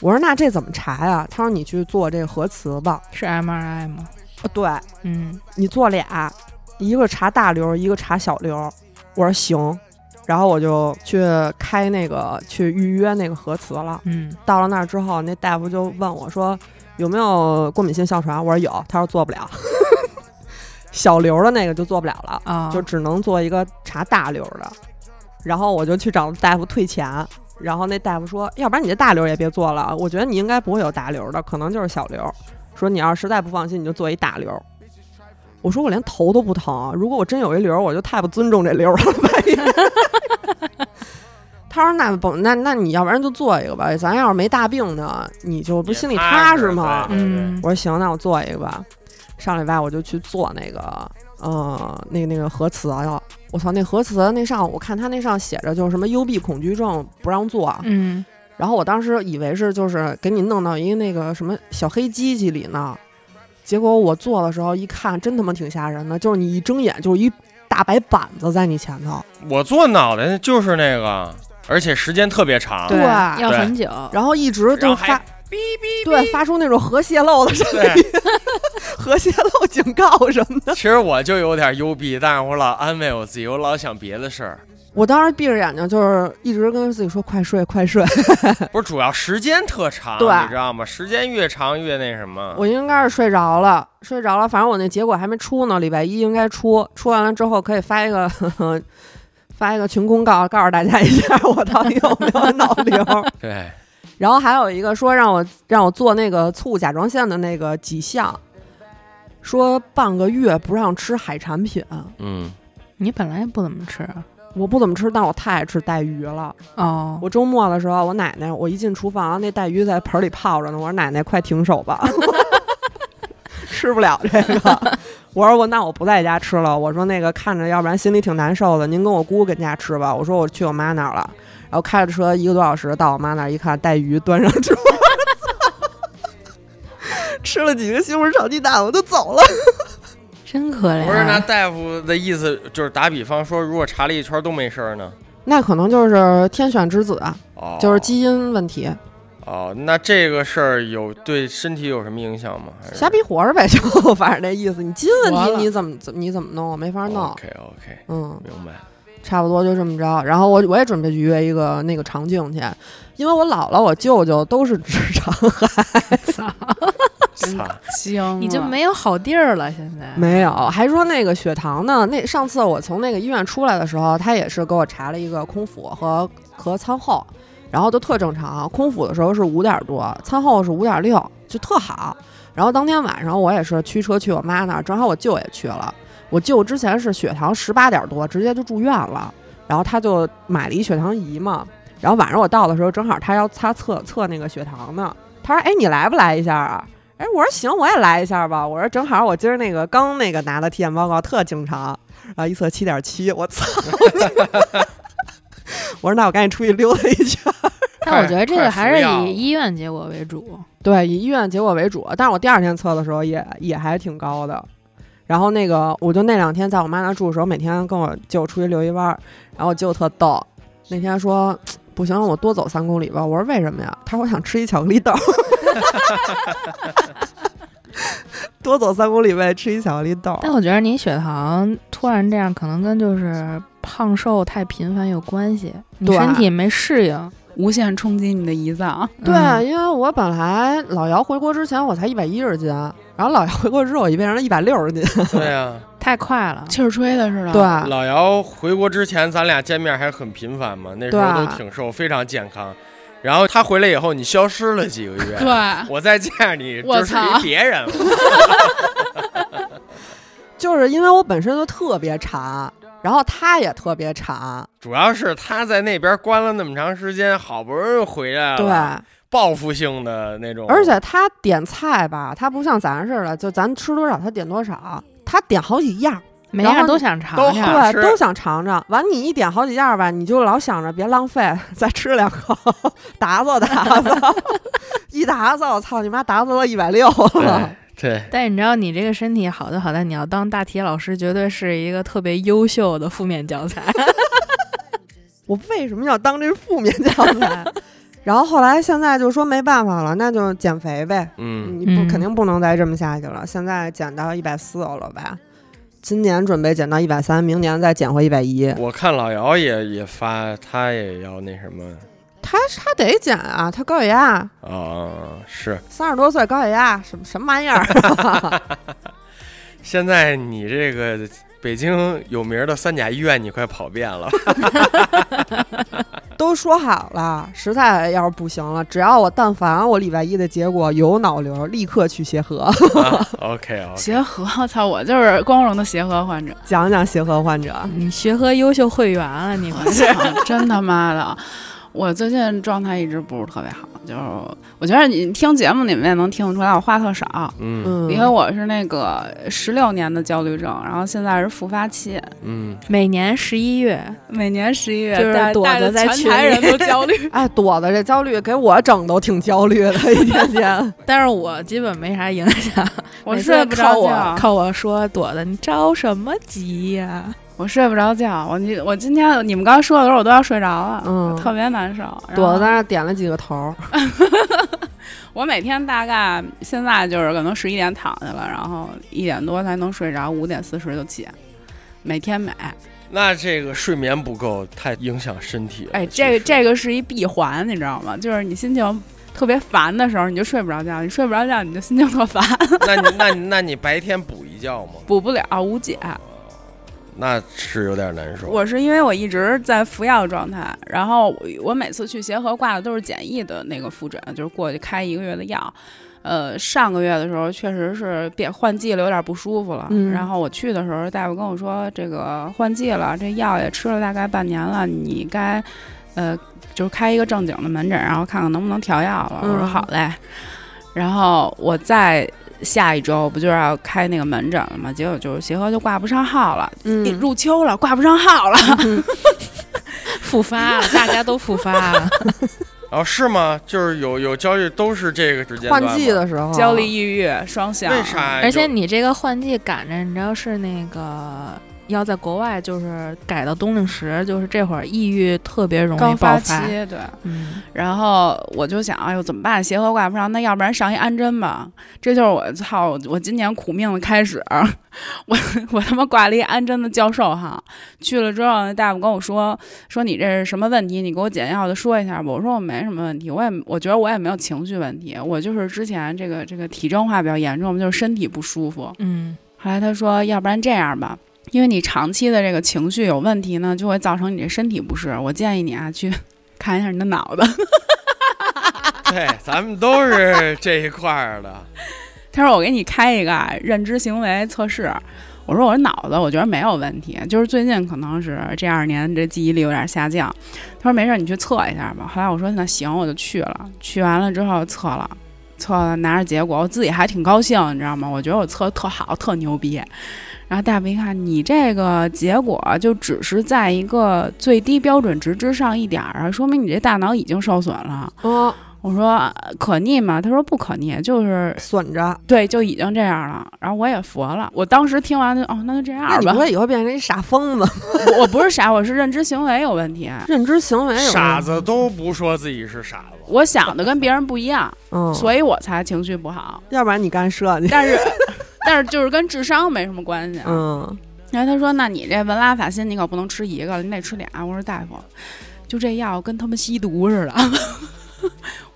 Speaker 1: 我说那这怎么查呀？他说你去做这个核磁吧。
Speaker 2: 是 MRI 吗？
Speaker 1: 哦对
Speaker 2: 嗯，
Speaker 1: 你做俩，一个查大瘤，一个查小瘤。我说行，然后我就去开那个去预约那个核磁了。
Speaker 2: 嗯，
Speaker 1: 到了那儿之后，那大夫就问我说有没有过敏性哮喘，我说有，他说做不了， 小瘤的那个就做不了了，
Speaker 2: 啊，
Speaker 1: 就只能做一个查大瘤的。然后我就去找大夫退钱，然后那大夫说，要不然你这大瘤也别做了，我觉得你应该不会有大瘤的，可能就是小瘤。说你要实在不放心，你就做一大瘤。我说我连头都不疼，啊如果我真有一瘤，我就太不尊重这瘤了。万一 他说：“那不，那那你要不然就做一个吧，咱要是没大病呢，你就不
Speaker 4: 也
Speaker 1: 心里
Speaker 4: 踏
Speaker 1: 踏
Speaker 4: 实
Speaker 1: 实吗？”
Speaker 4: 对
Speaker 2: 嗯，
Speaker 1: 我说行，那我做一个吧。上礼拜我就去做那个，呃，那个那个核磁了。我操，那核磁那上，我看他那上写着就是什么幽闭恐惧症不让做，啊
Speaker 2: 嗯，
Speaker 1: 然后我当时以为是就是给你弄到一个那个什么小黑机器里呢，结果我做的时候一看，真他妈挺吓人的，就是你一睁眼就是一大白板子在你前头，
Speaker 4: 我做脑袋就是那个，而且时间特别长，
Speaker 1: 对
Speaker 2: 要
Speaker 4: 对
Speaker 2: 很久，
Speaker 1: 然后一直
Speaker 4: 然
Speaker 1: 就
Speaker 4: 后
Speaker 1: 发
Speaker 4: 还哔哔，
Speaker 1: 对发出那种核泄漏的声
Speaker 4: 对
Speaker 1: 音， 核泄漏警告什么的。
Speaker 4: 其实我就有点幽闭，但是我老安慰我自己，我老想别的 事儿。
Speaker 1: 我当时闭着眼睛，就是一直跟自己说快睡快睡。
Speaker 4: 不是，主要时间特长，
Speaker 1: 对
Speaker 4: 你知道吗？时间越长越那什么。
Speaker 1: 我应该是睡着了，睡着了，反正我那结果还没出呢，礼拜一应该出，出完了之后可以发一个 呵呵发一个群公告，告诉大家一下我到底有没有脑瘤。
Speaker 4: 对，
Speaker 1: 然后还有一个说让我让我做那个促甲状腺的那个几项，说半个月不让吃海产品。
Speaker 4: 嗯，
Speaker 2: 你本来也不怎么吃啊
Speaker 1: 我不怎么吃，但我太爱吃带鱼了。
Speaker 2: 哦，
Speaker 1: 我周末的时候，我奶奶，我一进厨房，那带鱼在盆里泡着呢。我说奶奶，快停手吧， 吃不了这个。我说我那我不在家吃了。我说那个看着，要不然心里挺难受的。您跟我姑跟家吃吧。我说我去我妈那儿了，然后开着车一个多小时到我妈那儿，一看带鱼端上桌， 吃了几个西红柿炒鸡蛋，我就走了。
Speaker 2: 真可
Speaker 1: 啊
Speaker 2: 怜。
Speaker 4: 不是，那大夫的意思就是打比方说，如果查了一圈都没事儿呢？
Speaker 1: 那可能就是天选之子，啊，
Speaker 4: 哦，
Speaker 1: 就是基因问题，
Speaker 4: 哦，那这个事儿有对身体有什么影响吗？还是
Speaker 1: 瞎逼活着呗，就反正那意思。你基因问
Speaker 2: 活
Speaker 1: 题
Speaker 2: 了哦
Speaker 1: 你怎么怎么你怎么弄？没法弄。
Speaker 4: OK OK，
Speaker 1: 嗯，
Speaker 4: 明白。
Speaker 1: 差不多就这么着。然后我我也准备去约一个那个肠镜去，因为我姥姥、我舅舅都是直肠癌，嗯
Speaker 4: 操，
Speaker 3: 行，啊
Speaker 2: 你就没有好地儿了，现在
Speaker 1: 没有，还说那个血糖呢。那上次我从那个医院出来的时候，他也是给我查了一个空腹和和餐后，然后都特正常。空腹的时候是五点多，餐后是五点六，就特好。然后当天晚上我也是驱车去我妈那儿，正好我舅也去了。我舅之前是血糖十八点多，直接就住院了。然后他就买了一血糖仪嘛。然后晚上我到的时候，正好他要他测测那个血糖呢。他说：“哎，你来不来一下啊？”哎，我说行，我也来一下吧。我说正好我今儿那个刚那个拿的体检报告特正常，然后一测七点七，我操 你妈！我说那我赶紧出去溜达一圈。
Speaker 2: 但我觉得这个还是
Speaker 4: 快服药
Speaker 2: 以医院结果为主。
Speaker 1: 对，以医院结果为主。但是我第二天测的时候也也还挺高的。然后那个，我就那两天在我妈那住的时候，每天跟我舅出去遛一弯儿，然后我舅特逗。那天说不行，我多走三公里吧。我说为什么呀？他说我想吃一巧克力豆儿。 多走三公里呗，吃一巧克力豆儿。
Speaker 2: 但我觉得你血糖突然这样，可能跟就是胖瘦太频繁有关系，你
Speaker 1: 对
Speaker 2: 身体没适应。
Speaker 3: 无限冲击你的胰脏，啊
Speaker 1: 对，
Speaker 2: 嗯
Speaker 1: 因为我本来老姚回国之前我才一百一十斤，然后老姚回国之后我就变成了一百六十斤。
Speaker 4: 对啊，
Speaker 2: 太快了。
Speaker 3: 气儿吹的似的。
Speaker 1: 对，，
Speaker 4: 老姚回国之前，咱俩见面还很频繁嘛，那时
Speaker 1: 对
Speaker 4: 候
Speaker 1: 啊
Speaker 4: 都挺瘦，非常健康。然后他回来以后，你消失了几个月。
Speaker 3: 对，
Speaker 4: 我再见着 你，
Speaker 3: 我
Speaker 4: 就是
Speaker 3: 操
Speaker 4: 一别人了。
Speaker 1: 就是因为我本身就特别馋，然后他也特别馋，
Speaker 4: 主要是他在那边关了那么长时间，好不容易回来了，
Speaker 1: 对，，
Speaker 4: 报复性的那种，
Speaker 1: 而且他点菜吧，他不像咱似的，就咱吃多少他点多少，他点好几样，
Speaker 2: 每
Speaker 1: 然
Speaker 2: 样
Speaker 1: 后
Speaker 2: 都想尝
Speaker 4: 都
Speaker 2: 尝。
Speaker 4: 好
Speaker 1: 对，
Speaker 4: 吃
Speaker 1: 都想尝尝。完，你一点好几样吧，你就老想着别浪费，再吃两口，打扫打扫， 一打扫，操你妈，打扫了一百六 了。
Speaker 4: 哎对，
Speaker 2: 但你知道，你这个身体好就好在你要当大体老师，绝对是一个特别优秀的负面教材。
Speaker 1: 我为什么要当这负面教材？ 然后后来现在就说没办法了，那就减肥呗。
Speaker 4: 嗯，
Speaker 1: 你不
Speaker 2: 嗯
Speaker 1: 肯定不能再这么下去了。现在减到一百四了吧？今年准备减到一百三，明年再减回一百一。
Speaker 4: 我看老姚也也发，他也要那什么
Speaker 1: 他他得减啊，他高血压，
Speaker 4: 啊，是
Speaker 1: 三十多岁高血压，什么什么玩意 儿？
Speaker 4: 现在你这个北京有名的三甲医院，你快跑遍了。
Speaker 1: 都说好了，实在要是不行了，只要我但凡我礼拜一的结果有脑瘤，立刻去协和
Speaker 4: 啊 OK 啊，
Speaker 3: 协和，我操，我就是光荣的协和患者，
Speaker 1: 讲讲协和患者。
Speaker 2: 你学和优秀会员了，你 们
Speaker 3: 操， 真他妈的。我最近状态一直不是特别好，就是我觉得你听节目你们也能听得出来，我话特少，
Speaker 4: 嗯
Speaker 1: 嗯，，
Speaker 3: 因为我是那个十六年的焦虑症，然后现在是复发期，
Speaker 4: 嗯，
Speaker 2: 每年十一月，
Speaker 3: 每年十一月
Speaker 2: 就是
Speaker 3: 带
Speaker 2: 躲
Speaker 3: 带
Speaker 2: 着在
Speaker 3: 全
Speaker 2: 群
Speaker 3: 台人
Speaker 2: 里
Speaker 3: 都焦虑
Speaker 1: 哎，朵子这焦虑给我整都挺焦虑的，一天天。
Speaker 2: 但是我基本没啥影响。
Speaker 3: 我
Speaker 2: 每次
Speaker 3: 睡不着
Speaker 2: 靠我
Speaker 3: 觉。
Speaker 2: 靠我说朵子，你着什么急呀、
Speaker 3: 我睡不着觉，我今我今天你们刚说的时候我都要睡着了，
Speaker 1: 嗯
Speaker 3: 特别难受。
Speaker 1: 朵子
Speaker 3: 然后
Speaker 1: 在那点了几个头儿，
Speaker 3: 我每天大概现在就是可能十一点躺下了，然后一点多才能睡着，五点四十就起，每天每。
Speaker 4: 那这个睡眠不够，太影响身体了。
Speaker 3: 哎，
Speaker 4: 其实
Speaker 3: 这个这个是一闭环，你知道吗？就是你心情特别烦的时候，你就睡不着觉，你睡不着觉你就心情特烦，
Speaker 4: 那你那你那你白天补一觉吗？
Speaker 3: 补不了，无解。
Speaker 4: 那是有点难受。
Speaker 3: 我是因为我一直在服药状态，然后我我每次去协和挂的都是简易的那个复诊，就是过去开一个月的药。呃，上个月的时候确实是变换季了，有点不舒服了。
Speaker 1: 嗯
Speaker 3: 然后我去的时候，大夫跟我说这个换季了，这药也吃了大概半年了，你该呃就是开一个正经的门诊，然后看看能不能调药了。我说
Speaker 1: 嗯
Speaker 3: 好嘞。然后我再下一周不就是要开那个门诊了吗？结果就是协和就挂不上号了，
Speaker 1: 嗯
Speaker 3: 一入秋了，挂不上号了。
Speaker 2: 复发，大家都复发。
Speaker 4: 哦，是吗？就是有有焦虑，都是这个时间段吗
Speaker 1: 换季的时候，
Speaker 3: 焦虑、抑郁、双向，
Speaker 4: 为啥有？
Speaker 2: 而且你这个换季赶着，你知道是那个要在国外，就是改到冬令时，就是这会儿抑郁特别容
Speaker 3: 高
Speaker 2: 易爆
Speaker 3: 期
Speaker 2: 发。
Speaker 3: 对。
Speaker 2: 嗯，
Speaker 3: 然后我就想，哎呦，怎么办？协和挂不上，那要不然上一安针吧。这就是我操，我今年苦命的开始。 我我他妈挂了一安针的教授哈，去了之后，那大夫跟我说说你这是什么问题？你给我简要的说一下吧。我说我没什么问题，我也我觉得我也没有情绪问题，我就是之前这个这个体征化比较严重，就是身体不舒服。
Speaker 2: 嗯，
Speaker 3: 后来他说，要不然这样吧，因为你长期的这个情绪有问题呢，就会造成你这身体不适。我建议你啊，去 看一下你的脑子。
Speaker 4: 对，咱们都是这一块儿的。
Speaker 3: 他说我给你开一个啊认知行为测试。我说我这脑子我觉得没有问题，就是最近可能是这二年这记忆力有点下降。他说没事儿，你去测一下吧。后来我说那行，我就去了。去完了之后测了，测了拿着结果，我自己还挺高兴，你知道吗？我觉得我测得特好，特牛逼。然后大夫一看，你这个结果就只是在一个最低标准值之上一点儿啊，说明你这大脑已经受损了。
Speaker 1: 嗯，
Speaker 3: 我说呃可逆吗？他说不可逆，就是
Speaker 1: 损着。
Speaker 3: 对，就已经这样了。然后我也佛了，我当时听完就哦，那就这
Speaker 1: 那
Speaker 3: 样
Speaker 1: 你
Speaker 3: 吧
Speaker 1: 不。会以后变成一傻疯子？
Speaker 3: 我我不是傻，我是认知行为有问题。
Speaker 1: 认知行
Speaker 3: 哎
Speaker 1: 为有
Speaker 4: 傻
Speaker 1: 问题，
Speaker 4: 子都不说自己是傻子。
Speaker 3: 我想的跟别人不一样，
Speaker 1: 嗯，
Speaker 3: 所以我才情绪不好。
Speaker 1: 要不然你干设 计，
Speaker 3: 但是，但是就是跟智商没什么关系。啊
Speaker 1: 嗯，
Speaker 3: 然后他说：“那你这文拉法辛你可不能吃一个，你得吃俩。”我说：“大夫，就这药跟他们吸毒似的。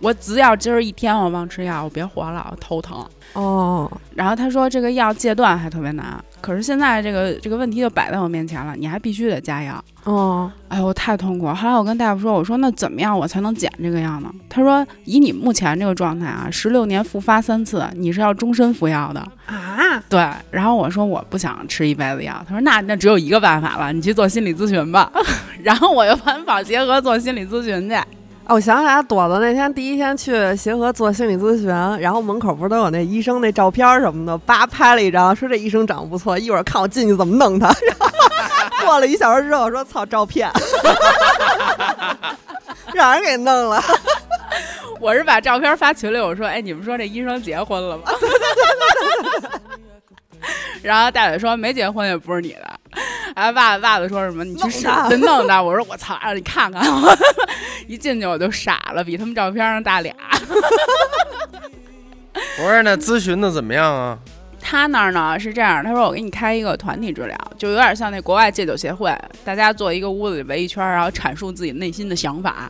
Speaker 3: 我只要今儿一天我忘吃药，我别活了，我头疼。”
Speaker 1: 哦，
Speaker 3: 然后他说这个药戒断还特别难，可是现在这个这个问题就摆在我面前了，你还必须得加药。
Speaker 1: 哦，
Speaker 3: 哎呦，我太痛苦了。后来我跟大夫说，我说那怎么样我才能减这个药呢？他说以你目前这个状态啊，十六年复发三次，你是要终身服药的啊。对，然后我说我不想吃一辈子药。他说那那只有 一个办法了，你去做心理咨询吧。然后我就跑跑协和做心理咨询去。
Speaker 1: 哦，我想起来，朵朵那天第一天去协和做心理咨询，然后门口不是都有那医生那照片什么的，叭拍了一张，说这医生长得不错，一会儿看我进去怎么弄他。 然后过了一小时之后，说操，照骗， 让人给弄了。
Speaker 3: 我是把照片发群里，我说：“哎，你们说这医生结婚了吗？” 然后大嘴说：“没结婚也不是你的。”哎，袜子袜子说什么？你去试
Speaker 1: 弄他
Speaker 3: 得弄他！我说我操，让你看 看！一进去我就傻了，比他们照片上大俩。
Speaker 4: 我说那咨询的怎么样啊？
Speaker 3: 他那儿呢是这样，他说我给你开一个团体治疗，就有点像那国外戒酒协会，大家坐一个屋子里围一圈儿，然后阐述自己内心的想法。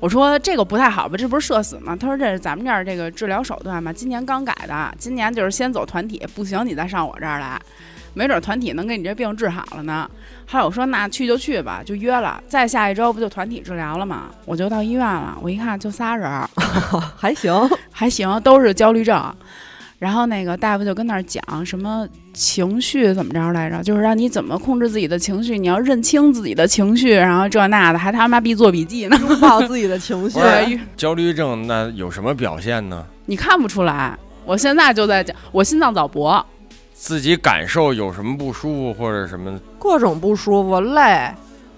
Speaker 3: 我说这个不太好吧，这不是社死吗？他说这是咱们这儿这个治疗手段嘛，今年刚改的，今年就是先走团体，不行你再上我这儿来，没准团体能给你这病治好了呢。后来我说那去就去吧，就约了，再下一周不就团体治疗了吗？我就到医院了，我一看就仨人儿，
Speaker 1: 还行，
Speaker 3: 还行，都是焦虑症。然后那个大夫就跟那儿讲什么情绪怎么着来着，就是让你怎么控制自己的情绪，你要认清自己的情绪，然后这那的，还他妈逼做笔记呢。
Speaker 1: 拥抱自己的情 绪
Speaker 4: 不。是焦虑症那有什么表现呢？
Speaker 3: 你看不出来，我现在就在讲，我心脏早搏，
Speaker 4: 自己感受有什么不舒服或者什么？
Speaker 1: 各种不舒服、累，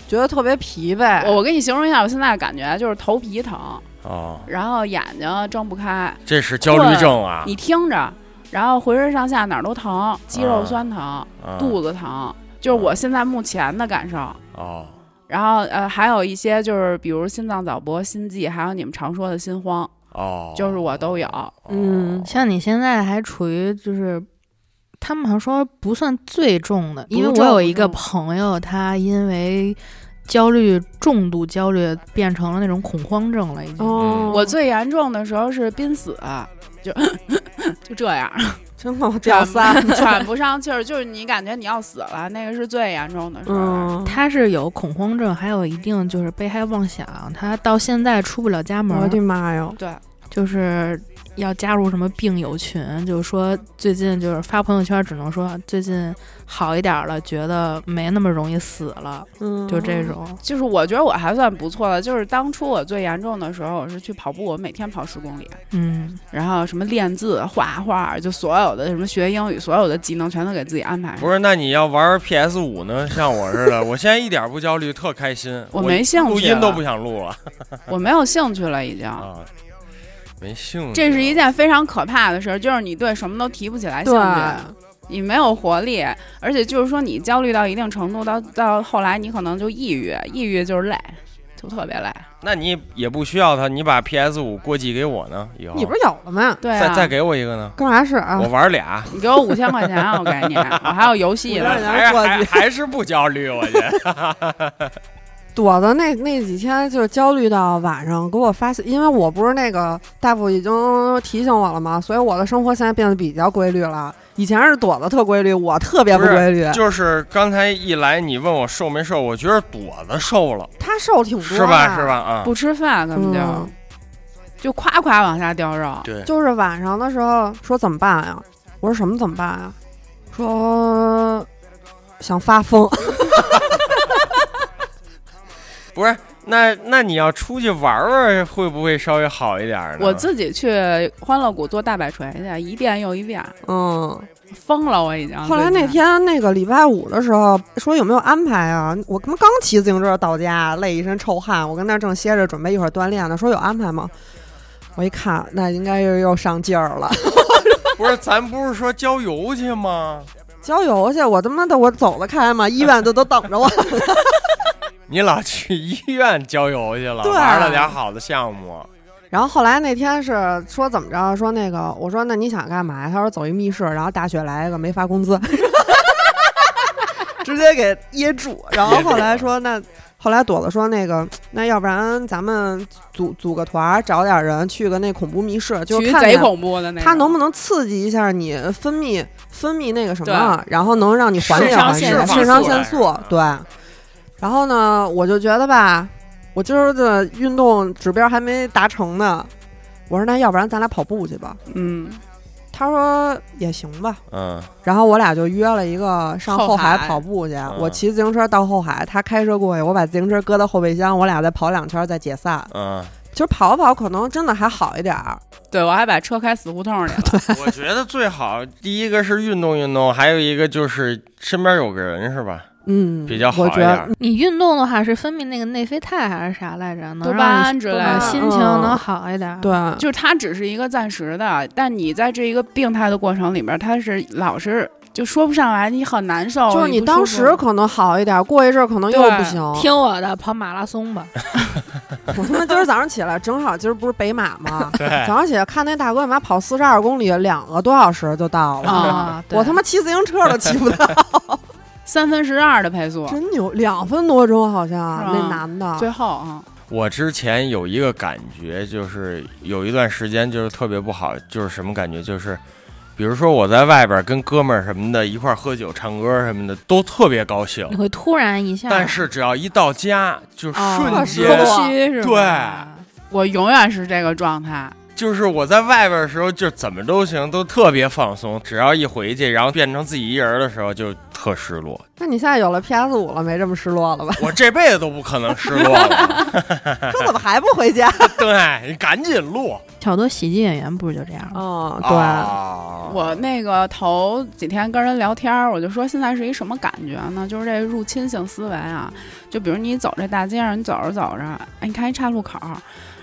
Speaker 1: 觉得特别疲惫。
Speaker 4: 哎
Speaker 3: 我我给你形容一下我现在的感觉，就是头皮疼，
Speaker 4: 哦，
Speaker 3: 然后眼睛睁不开，
Speaker 4: 这是焦虑症啊！
Speaker 3: 你听着，然后浑身上下哪儿都疼，肌肉
Speaker 4: 啊
Speaker 3: 酸疼，
Speaker 4: 啊
Speaker 3: 肚子疼，就是我现在目前的感受。
Speaker 4: 哦，
Speaker 3: 然后呃，还有一些就是，比如心脏早搏、心悸，还有你们常说的心慌，
Speaker 4: 哦，
Speaker 3: 就是我都有。
Speaker 1: 嗯
Speaker 2: 像你现在还处于就是，他们好像说不算最重的，因为
Speaker 1: 不
Speaker 2: 我
Speaker 1: 重
Speaker 2: 有
Speaker 1: 不
Speaker 2: 一个
Speaker 1: 重
Speaker 2: 朋友，他因为焦虑重度焦虑变成了那种恐慌症了，已经。
Speaker 1: 哦，
Speaker 3: 我最严重的时候是濒死，就 就 这样，
Speaker 1: 真的我掉仨。
Speaker 3: 喘不上气儿，就是你感觉你要死了，那个是最严重的时 候。
Speaker 1: 嗯，
Speaker 2: 他是有恐慌症，还有一定就是被害妄想，他到现在出不了家门
Speaker 1: 我
Speaker 2: 儿，
Speaker 1: 的妈哟！
Speaker 3: 对，
Speaker 2: 就是要加入什么病友群，就是说最近就是发朋友圈，只能说最近好一点儿了，觉得没那么容易死了，
Speaker 1: 嗯，
Speaker 2: 就这种。
Speaker 3: 就是我觉得我还算不错的，就是当初我最严重的时候，我是去跑步，我每天跑十公里，
Speaker 2: 嗯，
Speaker 3: 然后什么练字、画画，就所有的什么学英语，所有的技能全都给自己安排上。
Speaker 4: 不是，那你要玩 PS 五呢？像我似 的，我现在一点不焦虑，特开心。
Speaker 3: 我没兴趣啊
Speaker 4: 录音都
Speaker 3: 了
Speaker 4: 不想录了
Speaker 3: 我没有兴趣了，已经。
Speaker 4: 啊，没兴趣。
Speaker 3: 这是一件非常可怕的事儿，就是你对什么都提不起来兴
Speaker 1: 对，
Speaker 3: 趣，你没有活力，而且就是说你焦虑到一定程度，到到后来你可能就抑郁，抑郁就是累，就特别累。
Speaker 4: 那你也不需要它，你把 PS 五过继给我呢？以后
Speaker 1: 你不是有了吗？
Speaker 3: 对
Speaker 4: 再
Speaker 3: 啊，
Speaker 4: 再给我一个呢？
Speaker 1: 干嘛使啊
Speaker 4: 我？玩俩，
Speaker 3: 你给我五千块钱，啊我给你，我还有游戏
Speaker 1: 我让人。
Speaker 3: 呢
Speaker 4: 还是
Speaker 1: 过
Speaker 4: 哎还
Speaker 1: 继
Speaker 4: 还是不焦虑，我觉 得。
Speaker 1: 朵朵那那几天就是焦虑到晚上，给我发现，因为我不是那个大夫已经提醒我了嘛，所以我的生活现在变得比较规律了。以前是朵朵特规律，我特别不规律。
Speaker 4: 就是刚才一来你问我瘦没瘦，我觉得朵子瘦了，
Speaker 1: 她瘦 挺多的
Speaker 4: 是吧？是吧？？啊，
Speaker 3: 不吃饭根本就、
Speaker 1: 嗯
Speaker 3: 就夸夸往下掉肉，
Speaker 4: 对，
Speaker 1: 就是晚上的时候说怎么办呀？我说什么怎么办呀？说想发疯。
Speaker 4: 不是。那那你要出去玩玩，会不会稍微好一点呢？
Speaker 3: 我自己去欢乐谷做大摆锤去，一遍又一遍，
Speaker 1: 嗯，
Speaker 3: 疯了我已经。
Speaker 1: 后来那天那个礼拜五的时候，说有没有安排啊？我他妈刚骑自行车到家，累一身臭汗，我跟那儿正歇着，准备一会儿锻炼呢。说有安排吗？我一看，那应该又又上劲儿了。
Speaker 4: 不是，咱不是说郊游去吗？
Speaker 1: 郊游去，我他妈的我走得开吗？医院都都等着我。
Speaker 4: 你老去医院郊游去了，
Speaker 1: 对啊
Speaker 4: 玩了点好的项目，
Speaker 1: 然后后来那天是说怎么着？说那个，我说那你想干嘛呀？他说走一密室，然后大雪来一个没发工资， 直接给噎住。然后后来说那后来朵子说那个，那要不然咱们组组个团儿，找点人去个那恐怖密室，就
Speaker 3: 去
Speaker 1: 是
Speaker 3: 一
Speaker 1: 看
Speaker 3: 贼
Speaker 1: 看
Speaker 3: 恐怖的那
Speaker 1: 它能
Speaker 3: 不
Speaker 1: 不能刺激一下你分泌分泌那个什么
Speaker 3: 对，
Speaker 1: 然后能让你缓解
Speaker 3: 肾上
Speaker 1: 缓解
Speaker 3: 腺素
Speaker 1: 肾上腺素
Speaker 4: 嗯。
Speaker 1: 对，然后呢，我就觉得吧，我今儿的运动指标还没达成呢。我说那要不然咱俩跑步去吧？
Speaker 3: 嗯
Speaker 1: 他说也行吧。
Speaker 4: 嗯，
Speaker 1: 然后我俩就约了一个上
Speaker 3: 后
Speaker 1: 后海
Speaker 3: 海
Speaker 1: 跑步去。
Speaker 4: 嗯
Speaker 1: 我骑自行车到后海，他开车过去，我把自行车搁到后备箱，我俩再跑两圈再解散。
Speaker 4: 嗯，
Speaker 1: 其实跑跑可能真的还好一点儿，
Speaker 3: 对我还把车开死胡 同里了。
Speaker 4: 我觉得最好第一个是运动运动，还有一个就是身边有个人是吧？
Speaker 1: 嗯，
Speaker 4: 比较好
Speaker 1: 我
Speaker 4: 一
Speaker 1: 觉
Speaker 4: 点
Speaker 1: 得
Speaker 4: 儿。？
Speaker 2: 你运动的话是分泌那个内啡肽还是啥来着？能
Speaker 3: 多
Speaker 2: 让
Speaker 3: 巴
Speaker 2: 你
Speaker 3: 胺之类的，
Speaker 2: 啊
Speaker 1: 嗯
Speaker 2: 心情能好一点。，
Speaker 1: 对，
Speaker 3: 就是它只是一个暂时的，但你在这一个病态的过程里边，它是老是就说不上来，你很难受。
Speaker 1: 就是
Speaker 3: 你
Speaker 1: 你
Speaker 3: 不
Speaker 1: 当
Speaker 3: 舒服
Speaker 1: 时可能好一点儿，过一阵儿可能又
Speaker 3: 对
Speaker 1: 不行。
Speaker 2: 听我的，跑马拉松吧。
Speaker 1: 我他妈今儿早上起来，正好今儿不是北马吗
Speaker 4: 对，
Speaker 1: 早上起来看那大哥，你妈跑四十二公里，两个多小时就到了。
Speaker 2: 啊，对
Speaker 1: 我他妈骑自行车都骑不 到，
Speaker 3: 三分十二的配速，
Speaker 1: 真牛！两分多钟好像
Speaker 3: 是
Speaker 1: 那
Speaker 3: 吗
Speaker 1: 男的，
Speaker 3: 最后啊，
Speaker 4: 我之前有一个感觉，就是有一段时间就是特别不好，就是什么感觉？就是比如说我在外边跟哥们儿什么的一块儿喝酒、唱歌什么的，都特别高 兴
Speaker 2: 你，会突然一下，
Speaker 4: 但是只要一到家，就瞬
Speaker 1: 啊
Speaker 4: 间、
Speaker 1: 是
Speaker 2: 空虚是吧？
Speaker 3: 我永远是这个状
Speaker 1: 啊
Speaker 3: 态。
Speaker 4: 就是我在外边的时候，就怎么都行，都特别放松。只要一回去，然后变成自己一人的时候，就特失 落。
Speaker 1: 那你现在有了 PS 五了，没这么失落 了吧？
Speaker 4: 我这辈子都不可能失落 了。
Speaker 1: 说怎么还不回家？
Speaker 4: 对你赶紧录。
Speaker 2: 好多喜剧演员不是就这样吗？
Speaker 1: 嗯，
Speaker 3: 哦
Speaker 1: 对，
Speaker 4: 啊
Speaker 3: 我那个头几天跟人聊天儿，我就说现在是一什么感觉呢？就是这入侵性思维啊，就比如你走这大街上，你走着走着，哎，你看一岔路口儿，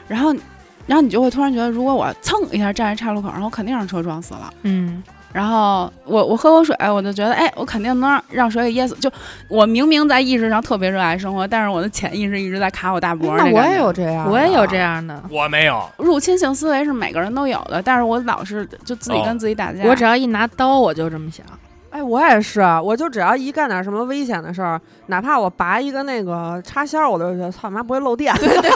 Speaker 3: 然后，然后你就会突然觉得，如果我蹭一下站在岔路口儿上，我肯定让车撞死了。
Speaker 2: 嗯，
Speaker 3: 然后我我喝口水，我就觉得，哎，我肯定能让水给噎死。就我明明在意识上特别热爱生活，但是我的潜意识一直在卡我大脖儿
Speaker 1: 那
Speaker 3: 感觉。
Speaker 1: 我也有这样，
Speaker 2: 我也有这样的。
Speaker 4: 我没有，
Speaker 3: 入侵性思维是每个人都有的，但是我老是就自己跟自己打架。
Speaker 2: 我只要一拿刀，我就这么想。
Speaker 1: 哎，我也是，我就只要一干点什么危险的事儿，哪怕我拔一个那个插销儿，我都觉得操你妈不会漏电。哦对对，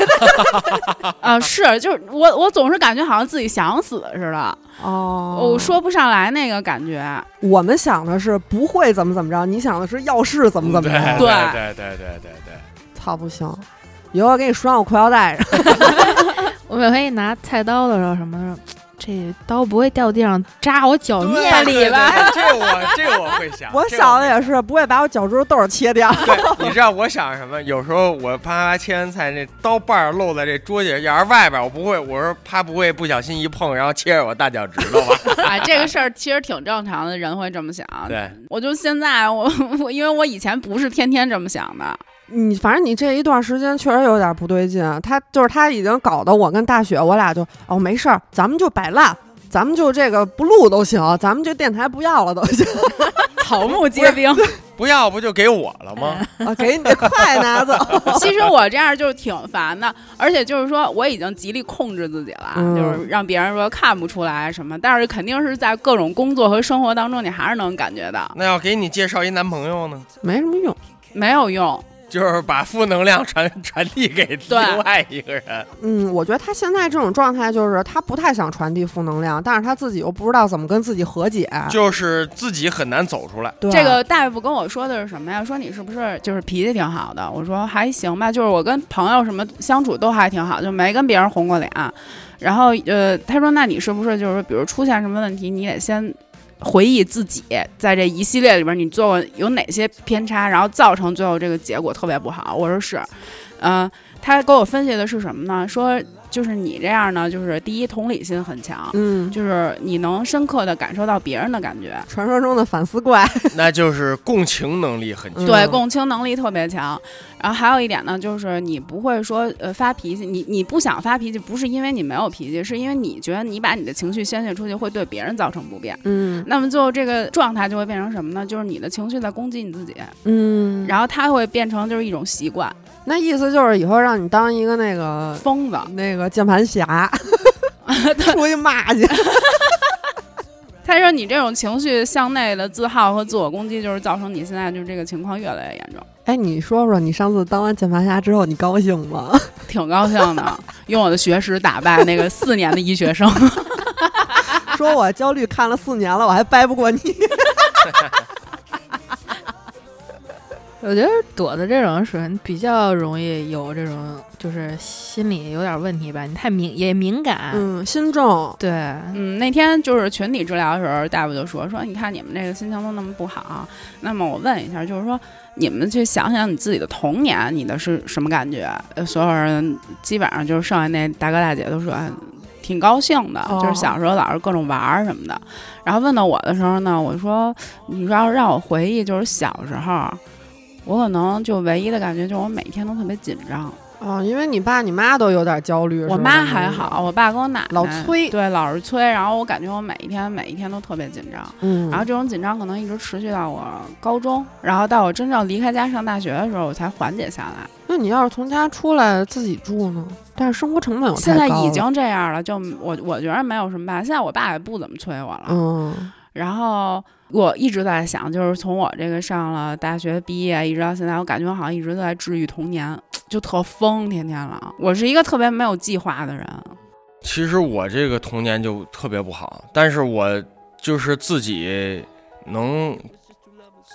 Speaker 3: 啊、是，就是我，我总是感觉好像自己想死似的，
Speaker 1: 哦，
Speaker 3: 我说不上来那个感觉。
Speaker 1: 我们想的是不会怎么怎么着，你想的是要是怎么怎么着。
Speaker 3: 对
Speaker 4: 嗯对对对对对。
Speaker 1: 操，不行，以后我给你拴我裤腰带 上。，
Speaker 2: 我每回一拿菜刀的时候，什么时候，这刀不会掉地上扎我脚
Speaker 4: 对
Speaker 2: 哦面里吧？？
Speaker 4: 对对对这我这 我会想
Speaker 1: 我
Speaker 4: 这
Speaker 1: 想的
Speaker 4: 会
Speaker 1: 也是不会把我脚趾豆切掉。
Speaker 4: 对，你知道我想什么？有时候我啪啪切完菜，那刀把儿露在这桌角，要是外边儿我不会，我说啪不会不小心一碰，然后切着我大脚趾头吧。
Speaker 3: 啊，这个事儿其实挺正常的，人会这么想。
Speaker 4: 对，
Speaker 3: 我就现在我我因为我以前不是天天这么想的，
Speaker 1: 你反正你这一段时间确实有点不对劲，他就是他已经搞得我跟大雪我俩就哦没事儿，咱们就摆烂，咱们就这个不录都行，咱们这电台不要了都行，
Speaker 3: 草木皆兵。
Speaker 4: 不要不就给我了吗？
Speaker 1: 啊、给你快拿 走。
Speaker 3: 其实我这样就是挺烦的，而且就是说我已经极力控制自己了，
Speaker 1: 嗯
Speaker 3: 就是让别人说看不出来什么，但是肯定是在各种工作和生活当中，你还是能感觉到
Speaker 4: 那要给你介绍一男朋友呢？
Speaker 1: 没什么用。
Speaker 3: 没有用。
Speaker 4: 就是把负能量传传递给另外一个人，
Speaker 1: 嗯，我觉得他现在这种状态就是他不太想传递负能量，但是他自己又不知道怎么跟自己和解。
Speaker 4: 就是自己很难走出来。
Speaker 1: 对
Speaker 3: 这个大夫跟我说的是什么呀？说你是不是就是脾气挺好的？我说还行吧，就是我跟朋友什么相处都还挺好，就没跟别人红过脸。然后呃，他说那你是不是就是说比如出现什么问题，你得先回忆自己在这一系列里边你做过有哪些偏差，然后造成最后这个结果特别不好。我说是，嗯、他给我分析的是什么呢？说就是你这样呢，就是第一同理心很强。
Speaker 1: 嗯，
Speaker 3: 就是你能深刻的感受到别人的感觉，
Speaker 1: 传说中的反思 怪。
Speaker 4: 那就是共情能力很强。
Speaker 3: 对，
Speaker 1: 嗯
Speaker 3: 共情能力特别强。然后还有一点呢，就是你不会说呃发脾气，你你不想发脾气，不是因为你没有脾气，是因为你觉得你把你的情绪宣泄出去会对别人造成不便。
Speaker 1: 嗯
Speaker 3: 那么最后这个状态就会变成什么呢？就是你的情绪在攻击你自己，
Speaker 1: 嗯，
Speaker 3: 然后它会变成就是一种习惯，
Speaker 1: 那意思就是以后让你当一个那个
Speaker 3: 疯子。
Speaker 1: 那个键盘 侠，出去骂去。
Speaker 3: 他说你这种情绪向内的自耗和自我攻击，就是造成你现在就是这个情况越来越严重。
Speaker 1: 哎，你说说，你上次当完键盘侠之后，你高兴 吗？
Speaker 3: 挺高兴 的，用我的学识打败那个四年的医学生。
Speaker 1: 说我焦虑看了四年了，我还掰不过你。
Speaker 2: 我觉得朵的这种属于比较容易有这种，就是心理有点问题吧，你太敏也敏感，
Speaker 1: 嗯，心重，
Speaker 2: 对，
Speaker 3: 嗯，那天就是群体治疗的时候，大夫就说说，你看你们这个心情都那么不好，那么我问一下，就是说你们去想想你自己的童年，你的是什么感觉？呃，所有人基本上就是剩下那大哥大姐都说。哎挺高兴的，
Speaker 1: 哦
Speaker 3: 就是小时候老是各种玩儿什么的。然后问到我的时候呢，我说：“你要让我回忆，就是小时候，我可能就唯一的感觉就是我每天都特别紧张。
Speaker 1: 哦，因为你爸你妈都有点焦虑，是
Speaker 3: 我
Speaker 1: 吧
Speaker 3: 妈还好，，我爸跟我奶奶
Speaker 1: 老催
Speaker 3: 对，老是催。然后我感觉我每一天每一天都特别紧张，
Speaker 1: 嗯，
Speaker 3: 然后这种紧张可能一直持续到我高中，然后到我真正离开家上大学的时候，我才缓解下来。
Speaker 1: 那你要是从家出来自己住呢？但是生活成本有
Speaker 3: 现
Speaker 1: 哦太
Speaker 3: 在
Speaker 1: 高了
Speaker 3: 已经这样了，就我我觉得没有什么办法。现在我爸也不怎么催我了，
Speaker 1: 嗯
Speaker 3: 然后我一直在想，就是从我这个上了大学毕业一直到现在，我感觉我好像一直都在治愈童年，就特疯，天天了。我是一个特别没有计划的人，
Speaker 4: 其实我这个童年就特别不好，但是我就是自己能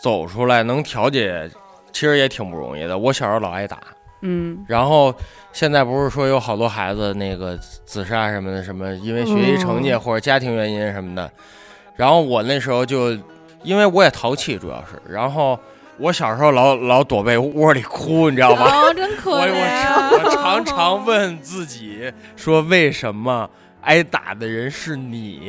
Speaker 4: 走出来，能调节，其实也挺不容易的。我小时候老挨打，
Speaker 3: 嗯，
Speaker 4: 然后现在不是说有好多孩子那个自杀什么的，什么因为学习成绩
Speaker 1: 嗯
Speaker 4: 或者家庭原因什么的。然后我那时候就，因为我也淘气，主要是，然后我小时候老老躲被窝里哭，你知道吗？
Speaker 2: 哦，真
Speaker 4: 我
Speaker 2: 可
Speaker 4: 我
Speaker 2: 怜，
Speaker 4: 我常常问自己说，为什么挨打的人是你？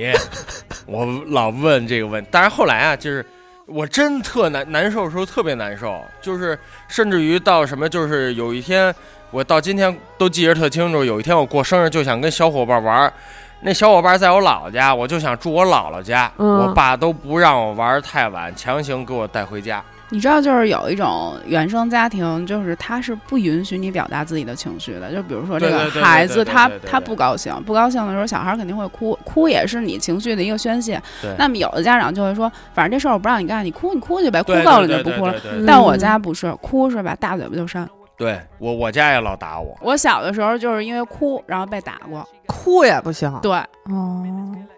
Speaker 4: 我老问这个问题。但是后来啊，就是我真特难难受的时候特别难受，就是甚至于到什么，就是有一天我到今天都记着特清楚，有一天我过生日就想跟小伙伴玩儿。那小伙伴在我姥姥家，我就想住我姥姥家，
Speaker 1: 嗯
Speaker 4: 我爸都不让我玩儿太晚，强行给我带回家。
Speaker 3: 你知道，就是有一种原生家庭，就是他是不允许你表达自己的情绪的。就比如说这
Speaker 4: 对
Speaker 3: 个
Speaker 4: 对对对
Speaker 3: 孩
Speaker 4: 对
Speaker 3: 子，
Speaker 4: 对对
Speaker 3: 他
Speaker 4: 对对
Speaker 3: 他不高兴，不高兴的时候，小孩肯定会哭，哭也是你情绪的一个宣泄
Speaker 4: 对。
Speaker 3: 那么有的家长就会说，反正这事儿我不让你干，你哭你哭去呗，哭
Speaker 4: 对
Speaker 3: 够了
Speaker 4: 对
Speaker 3: 就不
Speaker 4: 对
Speaker 3: 哭了
Speaker 4: 对。对对
Speaker 1: 嗯
Speaker 3: 但我家不是，哭是吧，大嘴巴就扇。
Speaker 4: 对我我家也老打我。
Speaker 3: 我小的时候就是因为哭，然后被打过。
Speaker 1: 哭也不行。
Speaker 3: 对，
Speaker 2: 哦，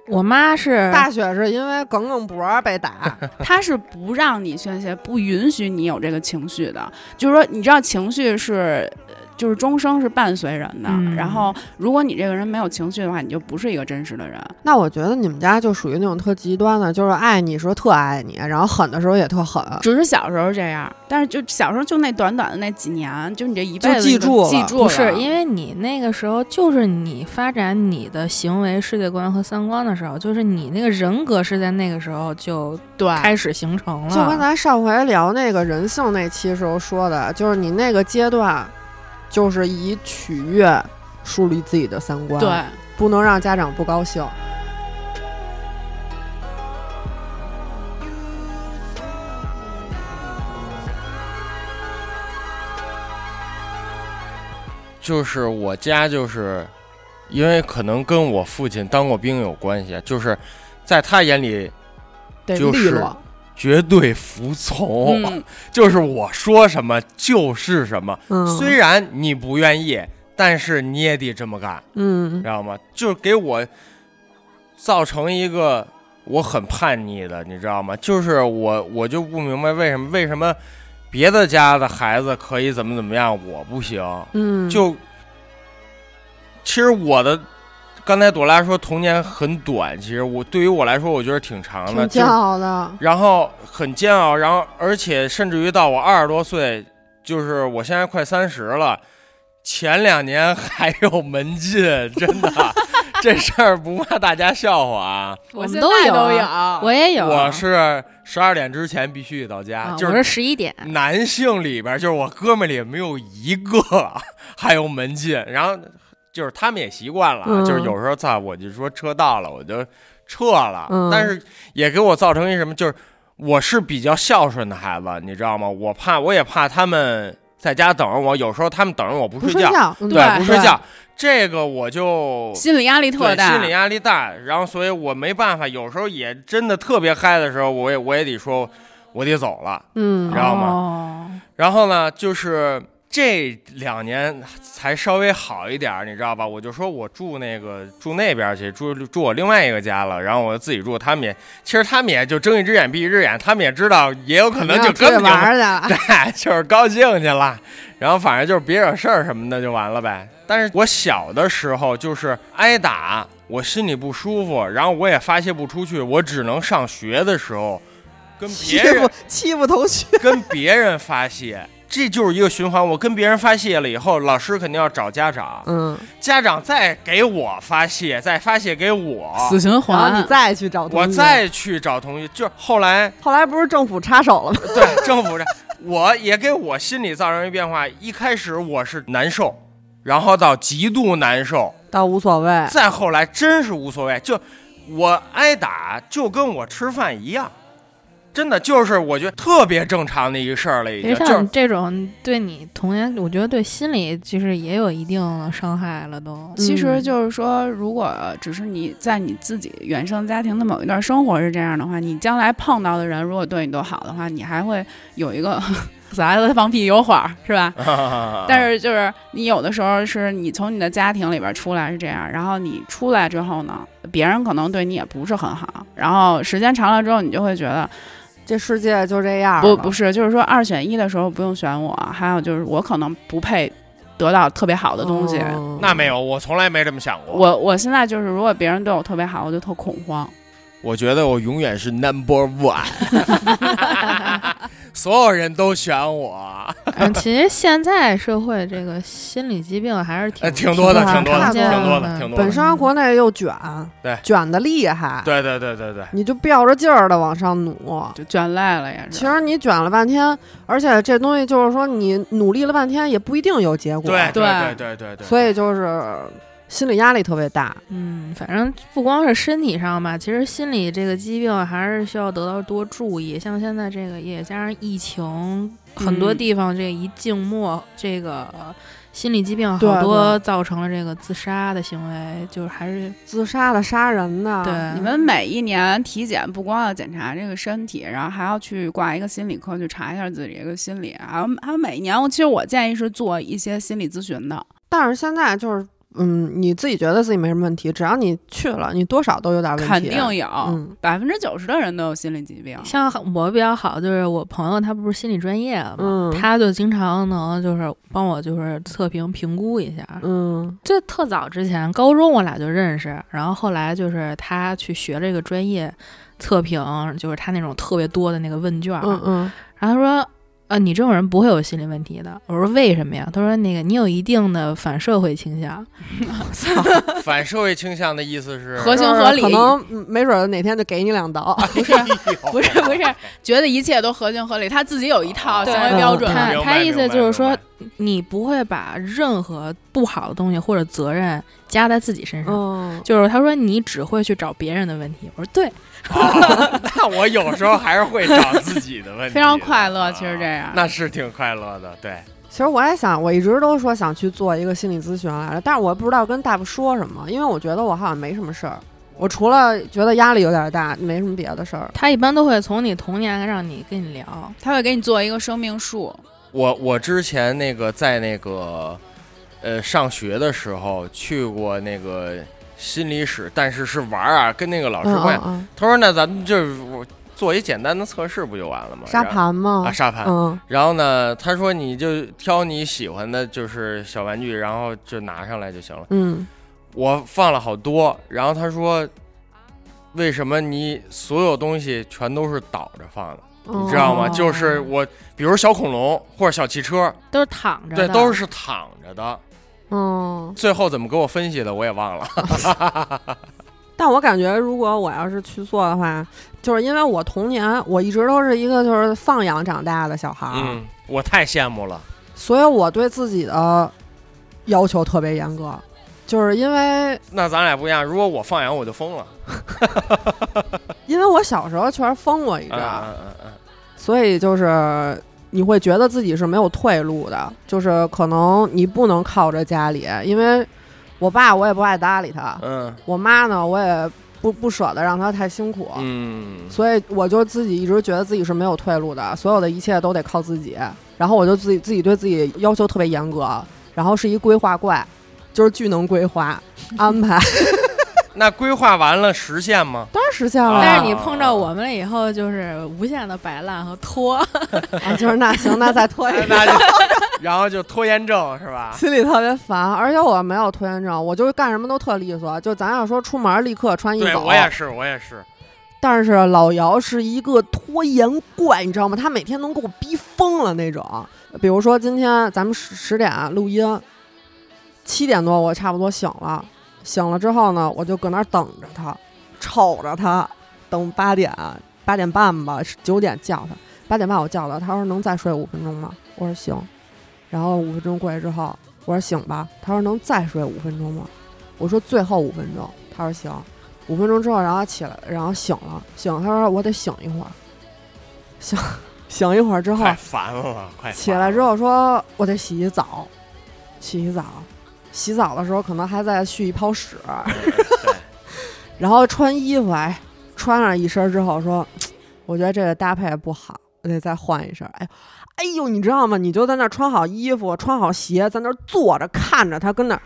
Speaker 2: 我妈是
Speaker 1: 大雪是因为梗梗脖被 打，
Speaker 3: 他是不让你宣泄，不允许你有这个情绪的。就是说，你知道情绪是，呃就是终生是伴随人的。
Speaker 2: 嗯
Speaker 3: 然后，如果你这个人没有情绪的话，你就不是一个真实的人。
Speaker 1: 那我觉得你们家就属于那种特极端的，就是爱你时候特爱你，然后狠的时候也特狠。
Speaker 3: 只是小时候这样，但是就小时候就那短短的那几年，就你这一辈子
Speaker 1: 就记
Speaker 3: 你
Speaker 1: 住了啊
Speaker 3: 记住
Speaker 2: 不是因
Speaker 3: 为
Speaker 2: 为你那个时候就是你发展你的行为世界观和三观的时候，就是你那个人格是在那个时候就
Speaker 3: 对
Speaker 2: 开始形成了。
Speaker 1: 就跟咱上回聊那个人性那期时候说的，就是你那个阶段，就是以取悦树立自己的三观，
Speaker 3: 对，
Speaker 1: 不能让家长不高兴。
Speaker 4: 就是我家就是，因为可能跟我父亲当过兵有关系，啊就是在他眼里
Speaker 1: 得
Speaker 4: 就是
Speaker 1: 利落，
Speaker 4: 绝对服从，
Speaker 3: 嗯，
Speaker 4: 就是我说什么就是什么。
Speaker 1: 嗯，
Speaker 4: 虽然你不愿意，但是你也得这么干，
Speaker 1: 嗯
Speaker 4: 知道吗？就是给我造成一个我很叛逆的，你知道吗？就是我我就不明白为什么为什么别的家的孩子可以怎么怎么样，我不行。
Speaker 1: 嗯，
Speaker 4: 就其实我的刚才朵拉说童年很短，其实我对于我来说，我觉得挺长的，
Speaker 1: 挺煎
Speaker 4: 就
Speaker 1: 熬的。
Speaker 4: 然后很煎熬，然后而且甚至于到我二十多岁，就是我现在快三十了，前两年还有门禁，真 的。这事儿不怕大家笑话啊！
Speaker 2: 我们
Speaker 3: 现
Speaker 2: 都
Speaker 3: 在
Speaker 2: 有
Speaker 3: 都有
Speaker 2: 啊，我也有啊，
Speaker 4: 我是十二点之前必须到家，
Speaker 2: 啊，
Speaker 4: 就
Speaker 2: 我
Speaker 4: 是
Speaker 2: 是十一点，
Speaker 4: 男性里边，就是我哥们儿里没有一个 还有门禁，然后就是他们也习惯了啊，
Speaker 1: 嗯
Speaker 4: 就是有时候操，我就说车到了，我就撤了，
Speaker 1: 嗯
Speaker 4: 但是也给我造成一什么，就是我是比较孝顺的孩子，你知道吗？我怕，我也怕他们在家等着我，有时候他们等着我不
Speaker 1: 不
Speaker 4: 睡
Speaker 1: 睡
Speaker 4: 觉，
Speaker 1: 觉，嗯
Speaker 3: 对
Speaker 4: 不睡觉，这个我就
Speaker 3: 心理压力特
Speaker 4: 对，
Speaker 3: 大，
Speaker 4: 心理压力大，然后所以我没办法，有时候也真的特别嗨的时候，我也我也得说，我得走了。
Speaker 1: 嗯
Speaker 3: 哦
Speaker 4: 知，道吗
Speaker 2: 吗？
Speaker 4: 然后呢，就是这两年才稍微好一点儿，你知道吧？我就说我住那个住那边儿去，住住我另外一个家了，然后我自己住。他们也其实他们也就睁一只眼闭一只眼，他们也知道，也有可能就根本
Speaker 1: 嗯
Speaker 4: 就
Speaker 1: 玩儿去了。
Speaker 4: 对，就是高兴去了， 然后反正就是别惹事儿什么的就完了呗。但是我小的时候就是挨打，我心里不舒服，然后我也发泄不出去，我只能上学的时候 跟
Speaker 1: 欺
Speaker 4: 别
Speaker 1: 负
Speaker 4: 人
Speaker 1: 欺负同学，
Speaker 4: 跟别人发 泄，这就是一个循环。我跟别人发泄了以后，老师肯定要找家长，
Speaker 1: 嗯，
Speaker 4: 家长再给我发泄，再发泄给我，
Speaker 3: 死循
Speaker 1: 然后
Speaker 3: 环
Speaker 1: 你。再去找同学。
Speaker 4: 我再去找同学。就是后来
Speaker 1: 后来不是政府插手了吗？
Speaker 4: 对政府这，我也给我心里造成一变化。一开始我是难受，然后到极度难受，
Speaker 1: 倒无所 谓，
Speaker 4: 再后来真是无所谓。就我挨打就跟我吃饭一样，真的就是我觉得特别正常的一个事儿了，已
Speaker 2: 其实
Speaker 4: 经就是
Speaker 2: 像这种对你童年，我觉得对心理其实也有一定的伤害了都。
Speaker 3: 其实
Speaker 1: 嗯
Speaker 3: 就是说，如果只是你在你自己原生家庭的某一段生活是这样的话，你将来碰到的人如果对你都好的话，你还会有一个 小孩子放屁有火儿是吧？
Speaker 1: 啊
Speaker 3: 但是就是你有的时候是你从你的家庭里边出来是这样，然后你出来之后呢，别人可能对你也不是很好，然后时间长了之后，你就会觉得
Speaker 1: 这世界就这样
Speaker 3: 不
Speaker 1: 了。
Speaker 3: 不是，就是说二选一的时候不用选我，还有就是我可能不配得到特别好的东西。
Speaker 1: 哦
Speaker 4: 那没有，我从来没这么想过。
Speaker 3: 我我现在就是，如果别人对我特别好，我就特恐慌。
Speaker 4: 我觉得我永远是 number one，所有人都选我，
Speaker 2: 嗯，其实现在社会这个心理疾病还是
Speaker 4: 呃
Speaker 2: 挺
Speaker 4: 挺多的，挺
Speaker 1: 挺多
Speaker 4: 多
Speaker 1: 的
Speaker 4: 的，
Speaker 2: 常
Speaker 4: 挺
Speaker 2: 见嗯
Speaker 4: 多的，挺多
Speaker 1: 本
Speaker 4: 的。
Speaker 1: 身国内又卷，
Speaker 4: 对
Speaker 1: 卷的厉害，
Speaker 4: 对对对对对，
Speaker 1: 你就吊着劲儿的往上努。
Speaker 3: 就卷累了也
Speaker 1: 其
Speaker 3: 是。
Speaker 1: 实你卷了半天，而且这东西就是说你努力了半天也不一定有结果，
Speaker 4: 对对
Speaker 3: 对
Speaker 4: 对对对，
Speaker 1: 所以就是心理压力特别大。
Speaker 2: 嗯，反正不光是身体上吧，其实心理这个疾病还是需要得到多注意。像现在这个也加上疫情，很多
Speaker 3: 嗯
Speaker 2: 地方这一静默，这个心理疾病
Speaker 1: 对啊
Speaker 2: 好多造成了这个自杀的行为，就是还是
Speaker 1: 自杀的、杀人的，
Speaker 2: 对
Speaker 3: 你们每一年体检不光要检查这个身体，然后还要去挂一个心理科去查一下自己这个心理，啊还有还有每一年，我其实我建议是做一些心理咨询的。
Speaker 1: 但是现在就是，嗯，你自己觉得自己没什么问题，只要你去了，你多少都有点问题。啊
Speaker 3: 肯定有
Speaker 1: 嗯，
Speaker 3: 百分之九十的人都有心理疾病。
Speaker 2: 像我比较好，就是我朋友他不是心理专业嘛，
Speaker 1: 嗯
Speaker 2: 他就经常能就是帮我就是测评评估一下。
Speaker 1: 嗯，
Speaker 2: 这特早之前，高中我俩就认识，然后后来就是他去学这个专业测评，就是他那种特别多的那个问卷儿，
Speaker 1: 嗯嗯，
Speaker 2: 然后他说。呃，你这种人不会有心理问题的。我说为什么呀？他说那个你有一定的反社会倾向，
Speaker 4: 反社会倾向的意思是
Speaker 3: 合
Speaker 1: 就
Speaker 3: 情
Speaker 1: 是
Speaker 3: 合理
Speaker 1: 可能嗯没准儿哪天就给你两 刀。
Speaker 3: 不是不是不是，觉得一切都合情合理，他自己有一
Speaker 4: 哦
Speaker 3: 套行为
Speaker 1: 对
Speaker 3: 标准。
Speaker 2: 他
Speaker 4: 明白
Speaker 2: 他意思就是说
Speaker 4: 明白，
Speaker 2: 你不会把任何不好的东西或者责任加在自己身上。
Speaker 1: 嗯，
Speaker 2: 就是他说你只会去找别人的问题。我说对，
Speaker 4: 哦那我有时候还是会找自己的问题，
Speaker 3: 非常快乐其实这样
Speaker 4: 啊那是挺快乐的，对，
Speaker 1: 其实我也想，我一直都说想去做一个心理咨询来着，但是我不知道跟大夫说什么，因为我觉得我好像没什么事儿，我除了觉得压力有点大，没什么别的事儿。
Speaker 2: 他一般都会从你童年让你跟你聊，
Speaker 3: 他会给你做一个生命树，
Speaker 4: 我我之前那个在那个呃上学的时候去过那个心理室，但是是玩儿啊，跟那个老师
Speaker 1: 嗯
Speaker 4: 关系。
Speaker 1: 嗯嗯，
Speaker 4: 他说那咱们就是我做一简单的测试不就完了吗？
Speaker 1: 沙
Speaker 4: 然
Speaker 1: 盘吗？
Speaker 4: 啊沙盘，
Speaker 1: 嗯
Speaker 4: 然后呢，他说你就挑你喜欢的就是小玩具，然后就拿上来就行了。
Speaker 1: 嗯，
Speaker 4: 我放了好多，然后他说，为什么你所有东西全都是倒着放的，你知道吗？
Speaker 2: 哦
Speaker 4: 就是我，比如小恐龙或者小汽车，
Speaker 2: 都是躺着
Speaker 4: 对，
Speaker 2: 的，
Speaker 4: 都是躺着的。
Speaker 1: 嗯，
Speaker 4: 最后怎么给我分析的我也忘了。
Speaker 1: 但我感觉，如果我要是去做的话，就是因为我童年我一直都是一个就是放养长大的小孩儿，
Speaker 4: 嗯，我太羡慕了。
Speaker 1: 所以我对自己的要求特别严格，就是因为
Speaker 4: 那咱俩不一样，如果我放羊我就疯了。
Speaker 1: 因为我小时候确实疯过一阵
Speaker 4: 嗯
Speaker 1: 儿，
Speaker 4: 嗯嗯嗯，
Speaker 1: 所以就是你会觉得自己是没有退路的，就是可能你不能靠着家里，因为我爸我也不爱搭理他，
Speaker 4: 嗯
Speaker 1: 我妈呢我也不不舍得让他太辛苦，
Speaker 4: 嗯，
Speaker 1: 所以我就自己一直觉得自己是没有退路的，所有的一切都得靠自己。然后我就自己自己对自己要求特别严格，然后是一规划怪，就是巨能规划 安排，
Speaker 4: 那规划完了实现吗？
Speaker 1: 当然实现
Speaker 4: 啊
Speaker 1: 了。
Speaker 2: 但是你碰着我们了以后，就是无限的摆烂和 拖，
Speaker 1: 啊就是那行，那再拖一
Speaker 4: 哎
Speaker 1: 拖。
Speaker 4: 那就然后就拖延症是 吧？
Speaker 1: 心里特别烦，而且我没有拖延症，我就是干什么都特利索。就咱要说出门立刻穿衣
Speaker 4: 对
Speaker 1: 走，
Speaker 4: 我也是，我也是。
Speaker 1: 但是老姚是一个拖延怪，你知道吗？他每天能给我逼疯了那种。比如说今天咱们十十点录音，七点多我差不多醒了，醒了之后呢，我就搁那儿等着他，瞅着他，等八点八点半吧，九点叫他，八点半我叫他，他说能再睡五分钟吗？我说行，然后五分钟过去之后，我说醒吧，他说能再睡五分钟吗？我说最后五分钟，他说行。五分钟之后，然后起来，然后醒了，醒了，他说我得醒一会儿，醒醒一会儿之后
Speaker 4: 太，烦了，快
Speaker 1: 起来之后说我得洗洗澡，洗洗澡，洗澡的时候可能还在续一泡屎， 然后穿衣服，哎，穿上一身之后说，我觉得这个搭配不好，我得再换一身。哎呦，哎呦，你知道吗？你就在那儿穿好衣服，穿好鞋，在那儿坐着看着他跟那儿，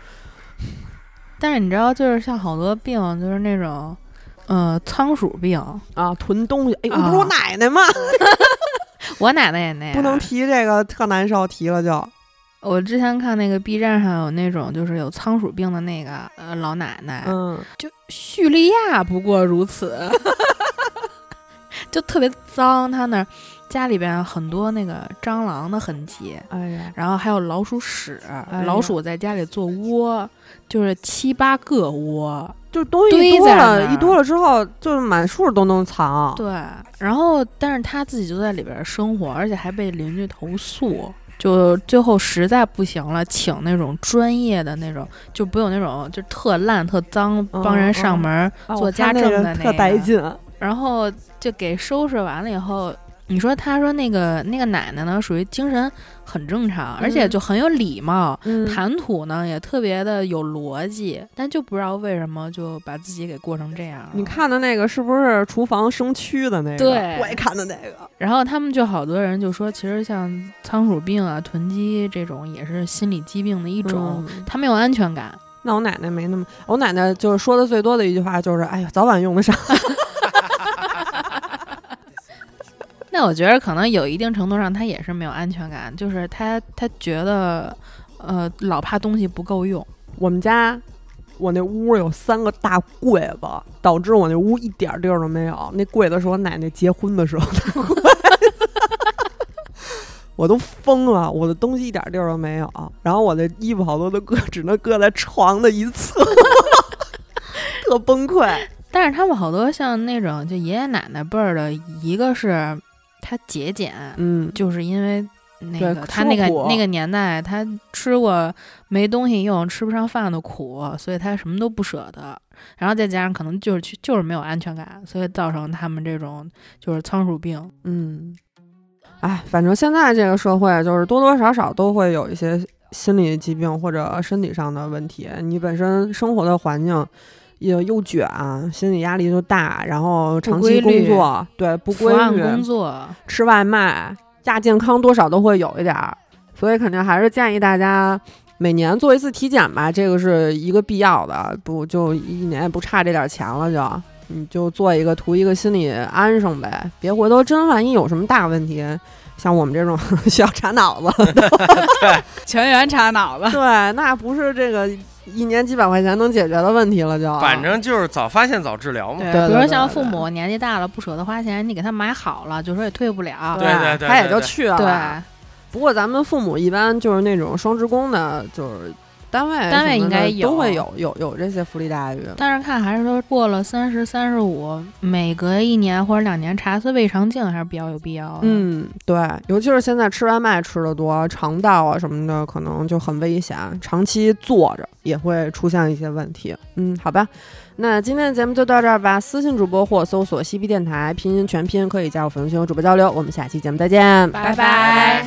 Speaker 2: 但是你知道，就是像好多病，就是那种，呃，仓鼠病，
Speaker 1: 啊囤东西。哎呦，
Speaker 2: 啊啊
Speaker 1: 不是我奶奶吗？
Speaker 2: 我奶奶也那样。
Speaker 1: 不能提这个，特难受，提了就。
Speaker 2: 我之前看那个 B 站上有那种就是有仓鼠病的那个呃老奶奶，
Speaker 1: 嗯，
Speaker 2: 就叙利亚不过如此， 就特别脏。她那儿家里边很多那个蟑螂的痕迹，
Speaker 1: 哎呀，
Speaker 2: 然后还有老鼠屎，
Speaker 1: 哎呀
Speaker 2: 老鼠在家里做窝，就是七八个窝。
Speaker 1: 就是东西一
Speaker 2: 堆
Speaker 1: 多
Speaker 2: 在
Speaker 1: 了，
Speaker 2: 那儿
Speaker 1: 一多了之后，就是满树都能藏。
Speaker 2: 对，然后但是她自己就在里边生活，而且还被邻居投诉。就最后实在不行了，请那种专业的那种，就不有那种就特烂特脏，
Speaker 1: 嗯
Speaker 2: 帮人上
Speaker 1: 嗯
Speaker 2: 门儿
Speaker 1: 啊
Speaker 2: 做
Speaker 1: 我看
Speaker 2: 家
Speaker 1: 那
Speaker 2: 政
Speaker 1: 人
Speaker 2: 的那
Speaker 1: 特带
Speaker 2: 个
Speaker 1: 劲，啊
Speaker 2: 然后就给收拾完了以后，你说他说那个那个奶奶呢，属于精神很正常，而且就很有礼貌，
Speaker 1: 嗯
Speaker 2: 谈吐呢也特别的有逻辑，但就不知道为什么就把自己给过成这样了。
Speaker 1: 你，看的那个是不是厨房生蛆的那个？
Speaker 2: 对
Speaker 1: 我也看的那个。
Speaker 2: 然后他们就好多人就说，其实像仓鼠病啊、囤积这种也是心理疾病的一种，
Speaker 1: 嗯
Speaker 2: 他没有安全感。
Speaker 1: 那我奶奶没那么，我奶奶就是说的最多的一句话就是：“哎呀，早晚用得上。
Speaker 2: 那我觉得可能有一定程度上，他也是没有安全感，就是他他觉得，呃，老怕东西不够用。”
Speaker 1: 我们家我那屋有三个大柜子，导致我那屋一点地儿都没有。那柜子是我奶奶结婚的时候的 柜子我都疯了，我的东西一点地儿都没有。然后我的衣服好多都搁，只能搁在床的一侧， 特崩溃。
Speaker 2: 但是他们好多像那种就爷爷奶奶辈儿的，一个是他节俭，
Speaker 1: 嗯，
Speaker 2: 就是因为那
Speaker 1: 对
Speaker 2: 个
Speaker 1: 吃
Speaker 2: 他那个
Speaker 1: 过苦
Speaker 2: 那个年代，他吃过没东西用、吃不上饭的苦，所以他什么都不舍得。然后再加上可能就是去就是没有安全感，所以造成他们这种就是仓鼠病。
Speaker 1: 嗯，哎，反正现在这个社会就是多多少少都会有一些心理疾病或者身体上的问题。你本身生活的环境也又卷，心理压力就大，然后长期
Speaker 2: 不
Speaker 1: 工
Speaker 2: 规律
Speaker 1: 作对不
Speaker 2: 伏
Speaker 1: 规
Speaker 2: 案工
Speaker 1: 律，
Speaker 2: 作，
Speaker 1: 吃外卖，亚健康多少都会有一点儿，所以肯定还是建议大家。每年做一次体检吧，这个是一个必要的，不就一年也不差这点钱了就，你就做一个图一个心里安生呗，别回头真万一有什么大问题，像我们这种 需要查脑子，
Speaker 3: 全员插脑子。
Speaker 1: 对，那不是这个一年几百块钱能解决的问题了就，
Speaker 4: 反正就是早发现早治疗嘛。
Speaker 1: 对
Speaker 2: 对比
Speaker 1: 对
Speaker 2: 如
Speaker 1: 对
Speaker 2: 像
Speaker 1: 对
Speaker 2: 父母年纪大了不舍得花钱，你给他买好了，就说也退不了。
Speaker 4: 对对对
Speaker 1: 他也
Speaker 4: 对
Speaker 1: 就
Speaker 4: 对
Speaker 1: 去了，
Speaker 2: 对，
Speaker 1: 不过咱们父母一般就是那种双职工的，就是单位
Speaker 2: 单位
Speaker 1: 什么的
Speaker 2: 应该有
Speaker 1: 都会有有有这些福利待遇。
Speaker 2: 但是看还是说过了三十三十五，每隔一年或者两年查一次胃肠镜还是比较有必要的。，
Speaker 1: 嗯，对，尤其是现在吃外卖吃的多，肠道啊什么的可能就很危险，长期坐着也会出现一些问题。嗯，好吧，那今天的节目就到这儿吧。私信主播或搜索“西皮电台”拼音全拼，可以加入粉丝群和主播交流。我们下期节目再见，
Speaker 2: 拜拜